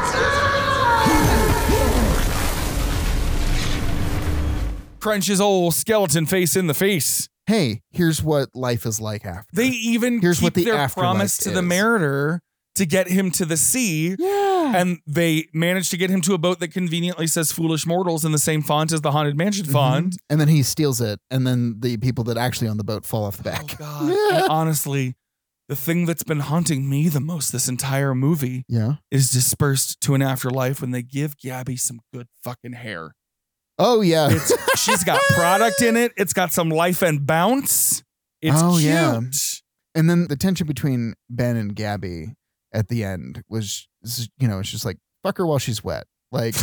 Speaker 2: crunches old skeleton face in the face.
Speaker 3: Hey, here's what life is like after.
Speaker 2: They even
Speaker 3: Here's
Speaker 2: keep
Speaker 3: what the
Speaker 2: their
Speaker 3: afterlife
Speaker 2: promise to the
Speaker 3: is.
Speaker 2: mariner to get him to the sea.
Speaker 3: Yeah.
Speaker 2: And they manage to get him to a boat that conveniently says foolish mortals in the same font as the haunted mansion
Speaker 3: Mm-hmm.
Speaker 2: font.
Speaker 3: And then he steals it, and then the people that actually on the boat fall off the back.
Speaker 2: Oh, God.
Speaker 3: [LAUGHS]
Speaker 2: And honestly, the thing that's been haunting me the most this entire movie
Speaker 3: yeah.
Speaker 2: is dispersed to an afterlife when they give Gabby some good fucking hair.
Speaker 3: Oh yeah.
Speaker 2: It's she's got product in it. It's got some life and bounce. It's
Speaker 3: oh
Speaker 2: cute.
Speaker 3: yeah. [LAUGHS] And then the tension between Ben and Gabby at the end was, was, you know, it's just like fuck her while she's wet.
Speaker 2: [LAUGHS]
Speaker 3: Like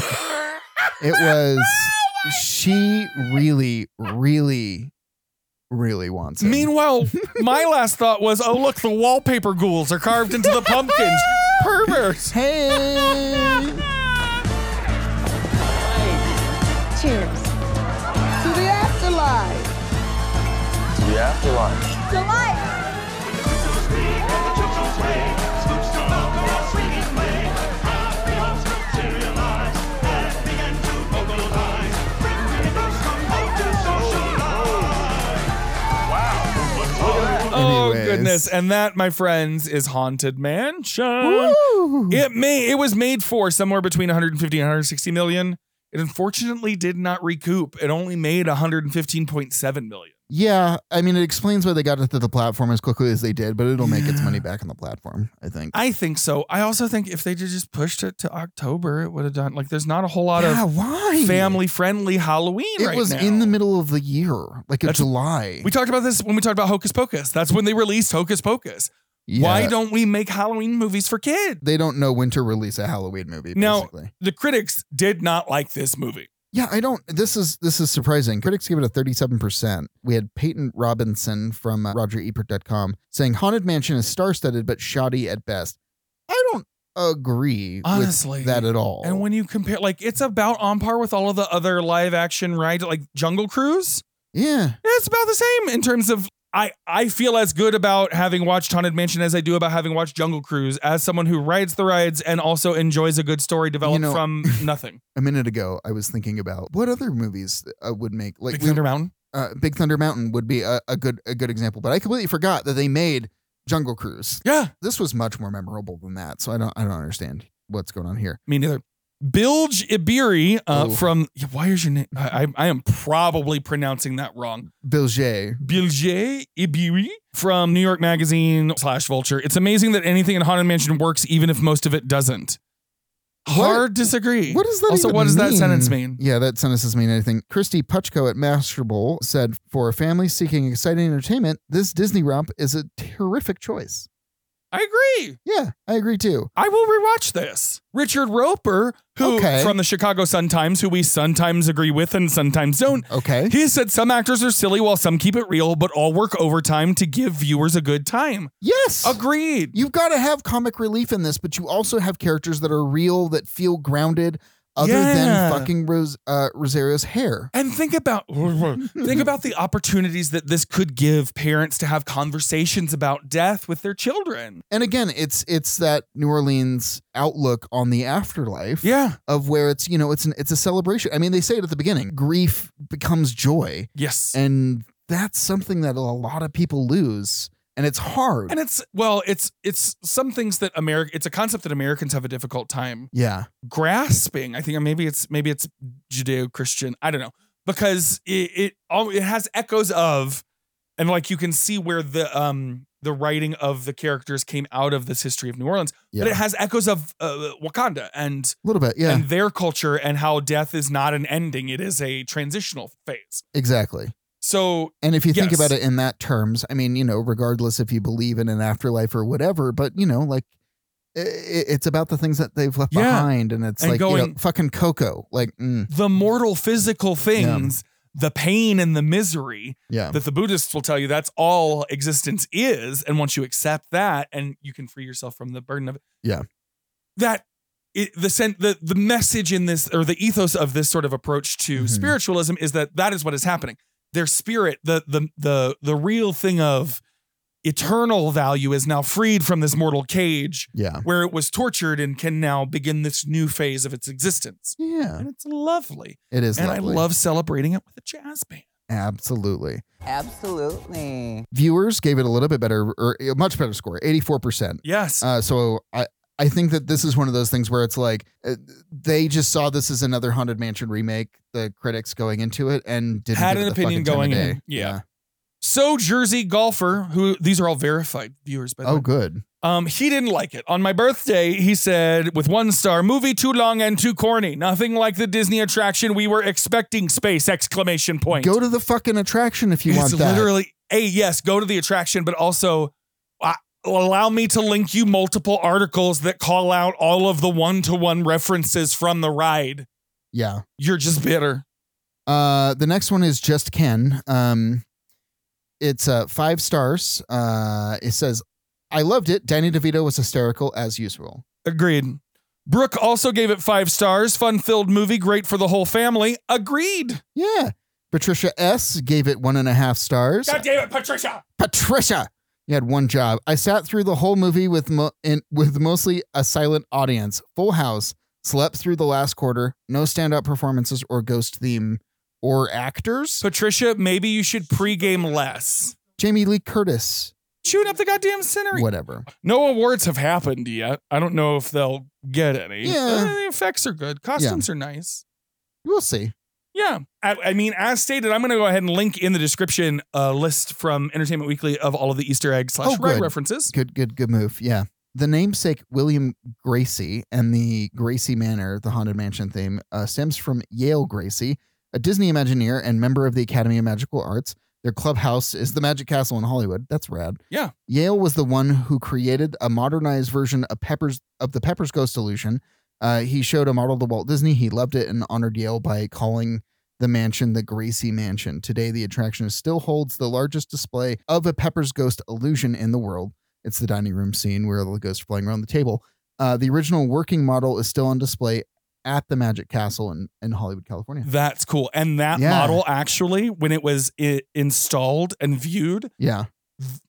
Speaker 3: it was.
Speaker 2: Oh
Speaker 3: She really, really, really wants it.
Speaker 2: Meanwhile, my last thought was, oh look, the wallpaper ghouls are carved into the
Speaker 3: [LAUGHS]
Speaker 2: pumpkins. Perverts.
Speaker 3: Hey.
Speaker 20: Cheers. To the afterlife.
Speaker 16: Yeah, for life.
Speaker 20: To life.
Speaker 2: [LAUGHS] Oh
Speaker 3: Anyways.
Speaker 2: goodness! And that, my friends, is Haunted Mansion. It may it was made for somewhere between 150 and 160 million. It unfortunately did not recoup. It only made 115.7 million.
Speaker 3: Yeah, I mean, it explains why they got it to the platform as quickly as they did, but it'll make its money back on the platform, I think.
Speaker 2: I think so. I also think if they just pushed it to October, it would have done like there's not a whole lot
Speaker 3: Yeah,
Speaker 2: of
Speaker 3: why?
Speaker 2: family friendly Halloween
Speaker 3: It
Speaker 2: right
Speaker 3: was
Speaker 2: now.
Speaker 3: in the middle of the year, like in
Speaker 2: That's-
Speaker 3: July.
Speaker 2: we talked about this when we talked about Hocus Pocus. That's when they released Hocus Pocus. Why
Speaker 3: Yeah.
Speaker 2: don't we make Halloween movies for kids?
Speaker 3: They don't know when to release a Halloween movie.
Speaker 2: Now,
Speaker 3: basically.
Speaker 2: the critics did not like this movie.
Speaker 3: yeah, I don't. This is this is surprising. Critics gave it a thirty-seven percent. We had Peyton Robinson from uh, RogerEbert.com saying "Haunted Mansion is star-studded but shoddy at best." I don't agree
Speaker 2: Honestly.
Speaker 3: with that at all.
Speaker 2: And when you compare, like, it's about on par with all of the other live action ride, like Jungle Cruise.
Speaker 3: yeah,
Speaker 2: It's about the same in terms of. I, I feel as good about having watched Haunted Mansion as I do about having watched Jungle Cruise as someone who rides the rides and also enjoys a good story developed
Speaker 3: know- [LAUGHS]
Speaker 2: from nothing.
Speaker 3: a minute ago, I was thinking about what other movies uh, would make like
Speaker 2: Big
Speaker 3: we-
Speaker 2: Thunder Mountain.
Speaker 3: uh, Big Thunder Mountain would be a, a good a good example, but I completely forgot that they made Jungle Cruise.
Speaker 2: Yeah.
Speaker 3: This was much more memorable than that, so I don't I don't understand what's going on here.
Speaker 2: Me neither. Bilge Ibiri uh,
Speaker 3: Oh.
Speaker 2: from. yeah, Why is your name? I, I, I am probably pronouncing that wrong.
Speaker 3: Bilge,
Speaker 2: Bilge Ibiri from New York Magazine slash Vulture. It's amazing that anything in Haunted Mansion works, even if most of it doesn't. Hard disagree.
Speaker 3: what does that?
Speaker 2: Also,
Speaker 3: even
Speaker 2: what does that
Speaker 3: mean?
Speaker 2: sentence mean?
Speaker 3: Yeah, that sentence doesn't mean anything. Christy Puchko at Masterable said, "For a family seeking exciting entertainment, this Disney romp is a terrific choice."
Speaker 2: I agree.
Speaker 3: Yeah, I agree too.
Speaker 2: I will rewatch this. Richard Roper, who
Speaker 3: Okay.
Speaker 2: from the Chicago Sun Times, who we sometimes agree with and sometimes don't,
Speaker 3: Okay.
Speaker 2: he said some actors are silly while some keep it real, but all work overtime to give viewers a good time.
Speaker 3: Yes.
Speaker 2: Agreed.
Speaker 3: You've got to have comic relief in this, but you also have characters that are real, that feel grounded. other
Speaker 2: Yeah.
Speaker 3: than fucking Rose, uh, Rosario's hair.
Speaker 2: And think about [LAUGHS] think about the opportunities that this could give parents to have conversations about death with their children.
Speaker 3: And again, it's it's that New Orleans outlook on the afterlife.
Speaker 2: Yeah.
Speaker 3: Of where it's, you know, it's an it's a celebration. I mean, they say it at the beginning. Grief becomes joy.
Speaker 2: Yes.
Speaker 3: And that's something that a lot of people lose. And it's hard.
Speaker 2: And it's well, it's it's some things that America it's a concept that Americans have a difficult time
Speaker 3: yeah.
Speaker 2: grasping. I think maybe it's maybe it's Judeo-Christian. I don't know. Because it it all it has echoes of and like you can see where the um the writing of the characters came out of this history of New Orleans. But
Speaker 3: Yeah.
Speaker 2: it has echoes of uh, Wakanda and
Speaker 3: A little bit, yeah.
Speaker 2: and their culture and how death is not an ending, it is a transitional phase.
Speaker 3: exactly.
Speaker 2: So
Speaker 3: And if you think
Speaker 2: yes.
Speaker 3: about it in that terms, I mean, you know, regardless if you believe in an afterlife or whatever, but you know, like i- i it's about the things that they've left
Speaker 2: Yeah.
Speaker 3: behind, and it's
Speaker 2: And
Speaker 3: like you know,
Speaker 2: going-
Speaker 3: fucking Coco, like mm,
Speaker 2: the mortal physical things, the pain and the misery
Speaker 3: Yeah.
Speaker 2: that the Buddhists will tell you that's all existence is. And once you accept that and you can free yourself from the burden of it,
Speaker 3: yeah,
Speaker 2: that it, the, sen- the the message in this or the ethos of this sort of approach to
Speaker 3: Mm-hmm.
Speaker 2: spiritualism is that that is what is happening. Their spirit, the the the the real thing of eternal value is now freed from this mortal cage
Speaker 3: yeah,
Speaker 2: where it was tortured and can now begin this new phase of its existence.
Speaker 3: yeah.
Speaker 2: And it's lovely.
Speaker 3: It is,
Speaker 2: and
Speaker 3: lovely.
Speaker 2: I love celebrating it with a jazz band.
Speaker 3: absolutely.
Speaker 5: Absolutely.
Speaker 3: Viewers gave it a little bit better or a much better score, eighty four percent.
Speaker 2: Yes.
Speaker 3: Uh, so I I think that this is one of those things where it's like uh, they just saw this as another haunted mansion remake. The critics going into it and didn't
Speaker 2: Had an
Speaker 3: give it the
Speaker 2: opinion
Speaker 3: fucking time of
Speaker 2: going
Speaker 3: day.
Speaker 2: in. Yeah. So Jersey golfer, who these are all verified viewers by the
Speaker 3: Oh,
Speaker 2: way.
Speaker 3: good.
Speaker 2: Um, he didn't like it. On my birthday, he said, with one star, movie too long and too corny. Nothing like the Disney attraction we were expecting. Space exclamation point.
Speaker 3: Go to the fucking attraction if you
Speaker 2: it's
Speaker 3: want that.
Speaker 2: literally a yes. Go to the attraction, but also uh, allow me to link you multiple articles that call out all of the one-to-one references from the ride.
Speaker 3: yeah.
Speaker 2: You're just bitter.
Speaker 3: Uh, the next one is just Ken. Um, it's uh, five stars. Uh, it says, "I loved it. Danny DeVito was hysterical as usual."
Speaker 2: Agreed. Brooke also gave it five stars. Fun filled movie, great for the whole family. Agreed.
Speaker 3: Yeah. Patricia S gave it one and a half stars.
Speaker 2: God damn it, Patricia.
Speaker 3: Patricia, you had one job. I sat through the whole movie with mo- in, with mostly a silent audience. Full House. Slept through the last quarter. No standout performances or ghost theme or actors.
Speaker 2: Patricia, maybe you should pregame less.
Speaker 3: Jamie Lee Curtis.
Speaker 2: Chewing up the goddamn scenery.
Speaker 3: Whatever.
Speaker 2: No awards have happened yet. I don't know if they'll get any.
Speaker 3: Yeah.
Speaker 2: Uh, the effects are good. Costumes are nice.
Speaker 3: We'll see.
Speaker 2: Yeah. I, I mean, as stated, I'm going to go ahead and link in the description a list from Entertainment Weekly of all of the Easter egg slash
Speaker 3: Oh,
Speaker 2: ride
Speaker 3: good.
Speaker 2: references.
Speaker 3: Good, good, good move. Yeah. The namesake William Gracie and the Gracie Manor, the Haunted Mansion theme, uh, stems from Yale Gracie, a Disney Imagineer and member of the Academy of Magical Arts. Their clubhouse is the Magic Castle in Hollywood. That's rad.
Speaker 2: Yeah.
Speaker 3: Yale was the one who created a modernized version of Pepper's of the Pepper's Ghost Illusion. Uh, he showed a model to Walt Disney. He loved it and honored Yale by calling the mansion the Gracie Mansion. Today, the attraction still holds the largest display of a Pepper's Ghost illusion in the world. It's the dining room scene where the ghosts are flying around the table. Uh, the original working model is still on display at the Magic Castle in, in Hollywood, California.
Speaker 2: That's cool. And that
Speaker 3: Yeah.
Speaker 2: model actually, when it was i installed and viewed,
Speaker 3: Yeah.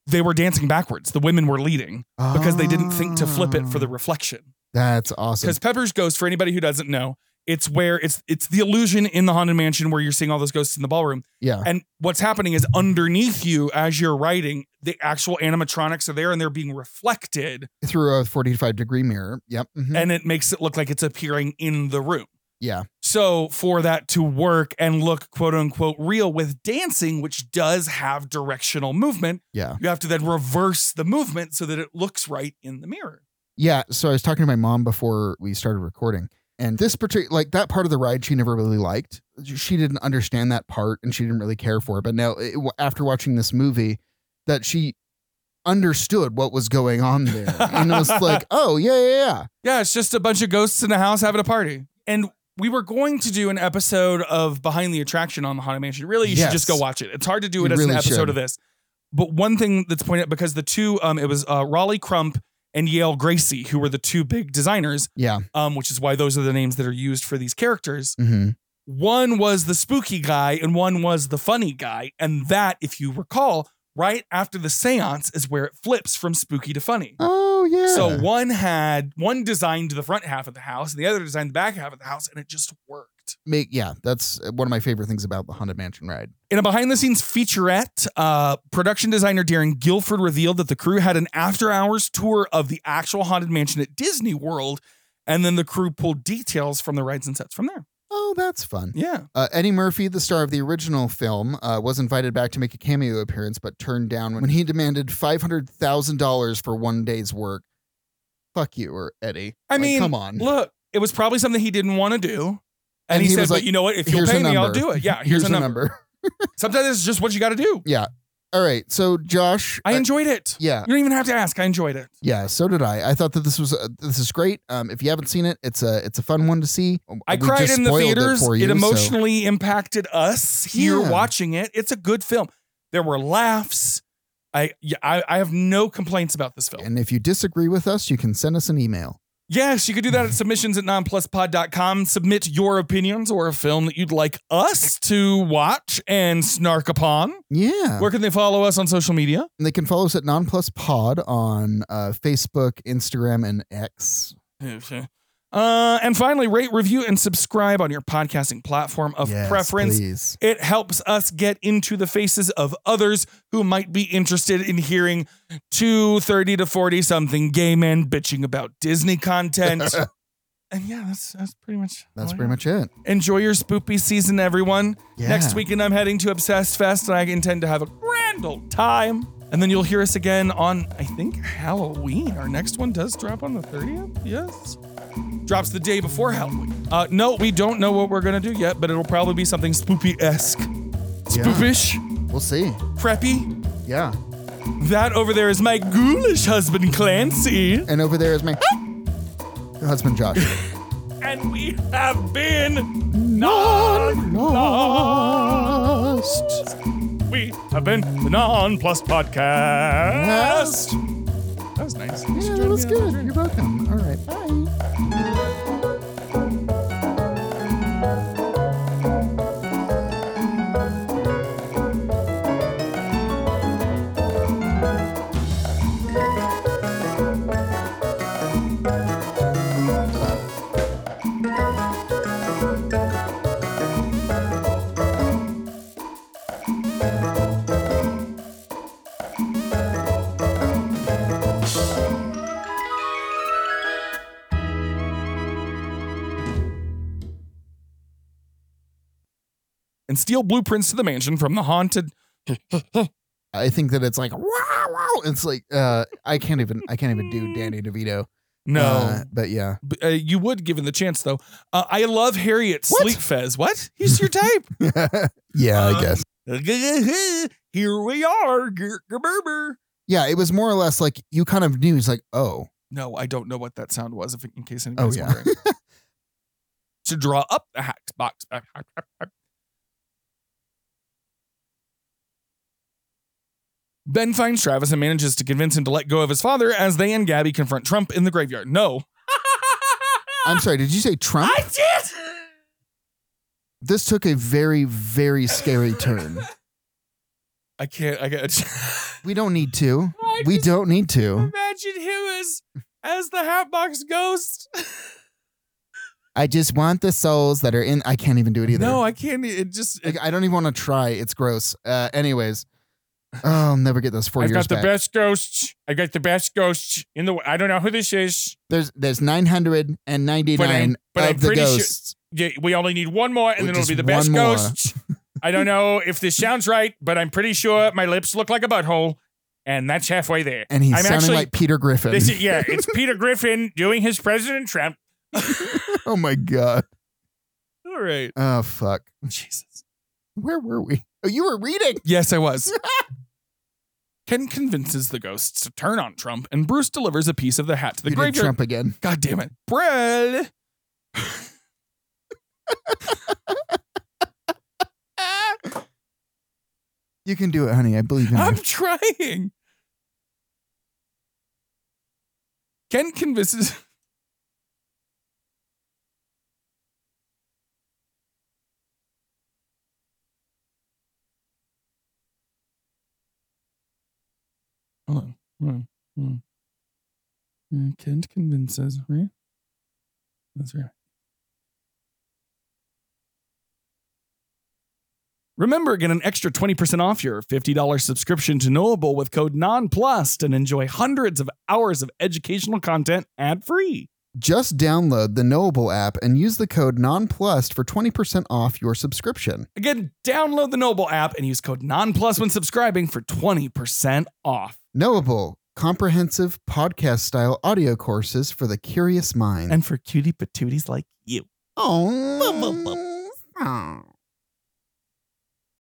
Speaker 2: they were dancing backwards. The women were leading because they didn't think to flip it for the reflection.
Speaker 3: That's awesome.
Speaker 2: Because Pepper's Ghost, for anybody who doesn't know, it's where it's it's the illusion in the haunted mansion where you're seeing all those ghosts in the ballroom.
Speaker 3: Yeah.
Speaker 2: And what's happening is underneath you as you're writing, the actual animatronics are there and they're being reflected,
Speaker 3: Through a 45 degree mirror. Yep. Mhm.
Speaker 2: and it makes it look like it's appearing in the room.
Speaker 3: yeah.
Speaker 2: So for that to work and look quote unquote real with dancing, which does have directional movement,
Speaker 3: Yeah.
Speaker 2: you have to then reverse the movement so that it looks right in the mirror.
Speaker 3: Yeah. So I was talking to my mom before we started recording, and this particular, like that part of the ride, she never really liked. She didn't understand that part, and she didn't really care for it. But now, it, after watching this movie, that she understood what was going on there, and it [LAUGHS] was like, oh yeah, yeah, yeah.
Speaker 2: Yeah, it's just a bunch of ghosts in a house having a party. And we were going to do an episode of Behind the Attraction on the Haunted Mansion. Really, you should
Speaker 3: Yes.
Speaker 2: just go watch it. It's hard to do
Speaker 3: You
Speaker 2: it as
Speaker 3: really
Speaker 2: an episode
Speaker 3: should.
Speaker 2: of this. But one thing that's pointed out because the two, um, it was uh, Raleigh Crump and Yale Gracie, who were the two big designers.
Speaker 3: Yeah.
Speaker 2: Um, which is why those are the names that are used for these characters.
Speaker 3: Mhm.
Speaker 2: One was the spooky guy and one was the funny guy. And that, if you recall, right after the seance is where it flips from spooky to funny.
Speaker 3: Oh yeah.
Speaker 2: So one had one designed the front half of the house and the other designed the back half of the house, and it just worked.
Speaker 3: make yeah, that's uh, one of my favorite things about the haunted mansion ride.
Speaker 2: In a behind the scenes featurette, uh, production designer Darren Guilford revealed that the crew had an after hours tour of the actual Haunted Mansion at Disney World, and then the crew pulled details from the rides and sets from there.
Speaker 3: Oh, that's fun.
Speaker 2: Yeah.
Speaker 3: Uh, Eddie Murphy, the star of the original film, uh, was invited back to make a cameo appearance, but turned down when he demanded five hundred thousand dollars for one day's work. Fuck you, or Eddie.
Speaker 2: I
Speaker 3: Like,
Speaker 2: mean,
Speaker 3: come on.
Speaker 2: Look, it was probably something he didn't want to do. And,
Speaker 3: And
Speaker 2: he,
Speaker 3: he
Speaker 2: said,
Speaker 3: was
Speaker 2: but
Speaker 3: like,
Speaker 2: you know what? If you'll
Speaker 3: "Here's a
Speaker 2: pay me, I'll
Speaker 3: number.
Speaker 2: do it.
Speaker 3: [LAUGHS]
Speaker 2: Yeah,
Speaker 3: Here's
Speaker 2: here's,
Speaker 3: a
Speaker 2: a number. Sometimes it's just what you got to do.
Speaker 3: Yeah. All right. So Josh,
Speaker 2: I enjoyed it.
Speaker 3: Yeah.
Speaker 2: You don't even have to ask. I enjoyed it.
Speaker 3: Yeah, so did I. I thought that this was uh, this is great. Um, if you haven't seen it, it's a it's a fun one to see.
Speaker 2: I
Speaker 3: We
Speaker 2: cried
Speaker 3: just
Speaker 2: in the
Speaker 3: spoiled
Speaker 2: theaters. It,
Speaker 3: for you, so-
Speaker 2: emotionally impacted us here
Speaker 3: Yeah.
Speaker 2: watching it. It's a good film. There were laughs. I, yeah, I I have no complaints about this film.
Speaker 3: And if you disagree with us, you can send us an email.
Speaker 2: Yes, you could do
Speaker 3: [LAUGHS]
Speaker 2: that at submissions at nonpluspod.com. Submit your opinions or a film that you'd like us to watch and snark upon.
Speaker 3: Yeah.
Speaker 2: Where can they follow us on social media?
Speaker 3: And they can follow us at Nonplus Pod on uh, Facebook, Instagram, and X.
Speaker 2: Uh, and finally, rate, review, and subscribe on your podcasting platform of
Speaker 3: Yes,
Speaker 2: preference.
Speaker 3: please.
Speaker 2: It helps us get into the faces of others who might be interested in hearing two 30 to 40 something gay men bitching about Disney
Speaker 3: [LAUGHS]
Speaker 2: content. and yeah, that's that's pretty much
Speaker 3: That's pretty much it.
Speaker 2: Enjoy your spoopy season, everyone.
Speaker 3: Yeah.
Speaker 2: Next weekend, I'm heading to Obsessed Fest, and I intend to have a grand old time. And then you'll hear us again on, I think, Halloween. Our next one does drop on the 30th. Yes. Drops the day before Halloween. Uh, no, we don't know what we're going to do yet, but it'll probably be something spoopy esque. Spoopish.
Speaker 3: We'll see.
Speaker 2: Preppy.
Speaker 3: Yeah.
Speaker 2: That over there is my ghoulish husband, Clancy.
Speaker 3: And over there is my [GASPS]
Speaker 2: [LAUGHS]
Speaker 3: husband, Josh.
Speaker 2: And we have been non lost. We have been the Non Plus Podcast. That was nice.
Speaker 3: Yeah, that was good. You're welcome. All right. Bye.
Speaker 2: And steal blueprints to the mansion from the haunted.
Speaker 3: I think that it's like wow, wow. It's like uh, I can't even I can't even do Danny DeVito.
Speaker 2: No.
Speaker 3: Uh, but yeah,
Speaker 2: B- uh, you would, given the chance, though. Uh, I love Harriet
Speaker 3: What?
Speaker 2: Sleep Fez. What? He's your type.
Speaker 3: yeah,
Speaker 2: Um,
Speaker 3: I guess.
Speaker 2: [LAUGHS] Here we are. Ger- gerberber.
Speaker 3: Yeah, it was more or less like you kind of knew. It's like oh,
Speaker 2: No, I don't know what that sound was. If in case anybody's
Speaker 3: yeah. [LAUGHS]
Speaker 2: wondering, to draw up the hack box. [LAUGHS] Ben finds Travis and manages to convince him to let go of his father as they and Gabby confront Trump in the graveyard. No,
Speaker 3: I'm sorry. Did you say Trump?
Speaker 2: Ah! did.
Speaker 3: This took a very very scary turn.
Speaker 2: I can't. I got.
Speaker 3: We don't need to.
Speaker 2: I
Speaker 3: We
Speaker 2: just-
Speaker 3: don't need to.
Speaker 2: [LAUGHS] Imagine him as as the hatbox ghost.
Speaker 3: I just want the souls that are in. I can't even do it either.
Speaker 2: No, I can't. e, It just.
Speaker 3: like, I don't even want to try. It's gross. Uh, anyways, oh, I'll never get those 4
Speaker 2: I've
Speaker 3: years
Speaker 2: got the
Speaker 3: back.
Speaker 2: best ghost. I got the best ghost in the. I don't know who this is.
Speaker 3: There's there's 999
Speaker 2: But I'm- but
Speaker 3: of
Speaker 2: I'm
Speaker 3: the
Speaker 2: pretty sure-
Speaker 3: ghosts.
Speaker 2: Yeah, we only need one more, and
Speaker 3: Ooh,
Speaker 2: then it'll
Speaker 3: just
Speaker 2: be the best
Speaker 3: one more.
Speaker 2: [LAUGHS] ghost. I don't know if this sounds right, but I'm pretty sure my lips look like a butthole, and that's halfway there.
Speaker 3: And he's
Speaker 2: I'm
Speaker 3: sounding
Speaker 2: actually-
Speaker 3: like Peter Griffin. [LAUGHS]
Speaker 2: This is, yeah, [LAUGHS] it's Peter Griffin doing his President Trump.
Speaker 3: oh my god.
Speaker 2: All right.
Speaker 3: Oh fuck.
Speaker 2: Jesus.
Speaker 3: Where were we? Oh, you were reading.
Speaker 2: Yes, I [LAUGHS] was. Ken convinces the ghosts to turn on Trump, and Bruce delivers a piece of the hat to the
Speaker 3: you did
Speaker 2: graveyard.
Speaker 3: Trump again.
Speaker 2: God damn it. Brad.
Speaker 3: You can do it, honey. I believe in you.
Speaker 2: I'm trying. Ken convinces. [LAUGHS] Hold on, hold on, hold on. Uh, Kent convinces, right? That's right. Remember, get an extra 20% off your $50 subscription to Knowable with code NONPLUS and enjoy hundreds of hours of educational content ad free.
Speaker 3: Just download the Knowable app and use the code NONPLUS for 20% off your subscription.
Speaker 2: Again, download the Knowable app and use code NONPLUS when subscribing for 20% off.
Speaker 3: Knowable, comprehensive podcast style audio courses for the curious mind.
Speaker 2: And for cutie patooties like you.
Speaker 3: Oh.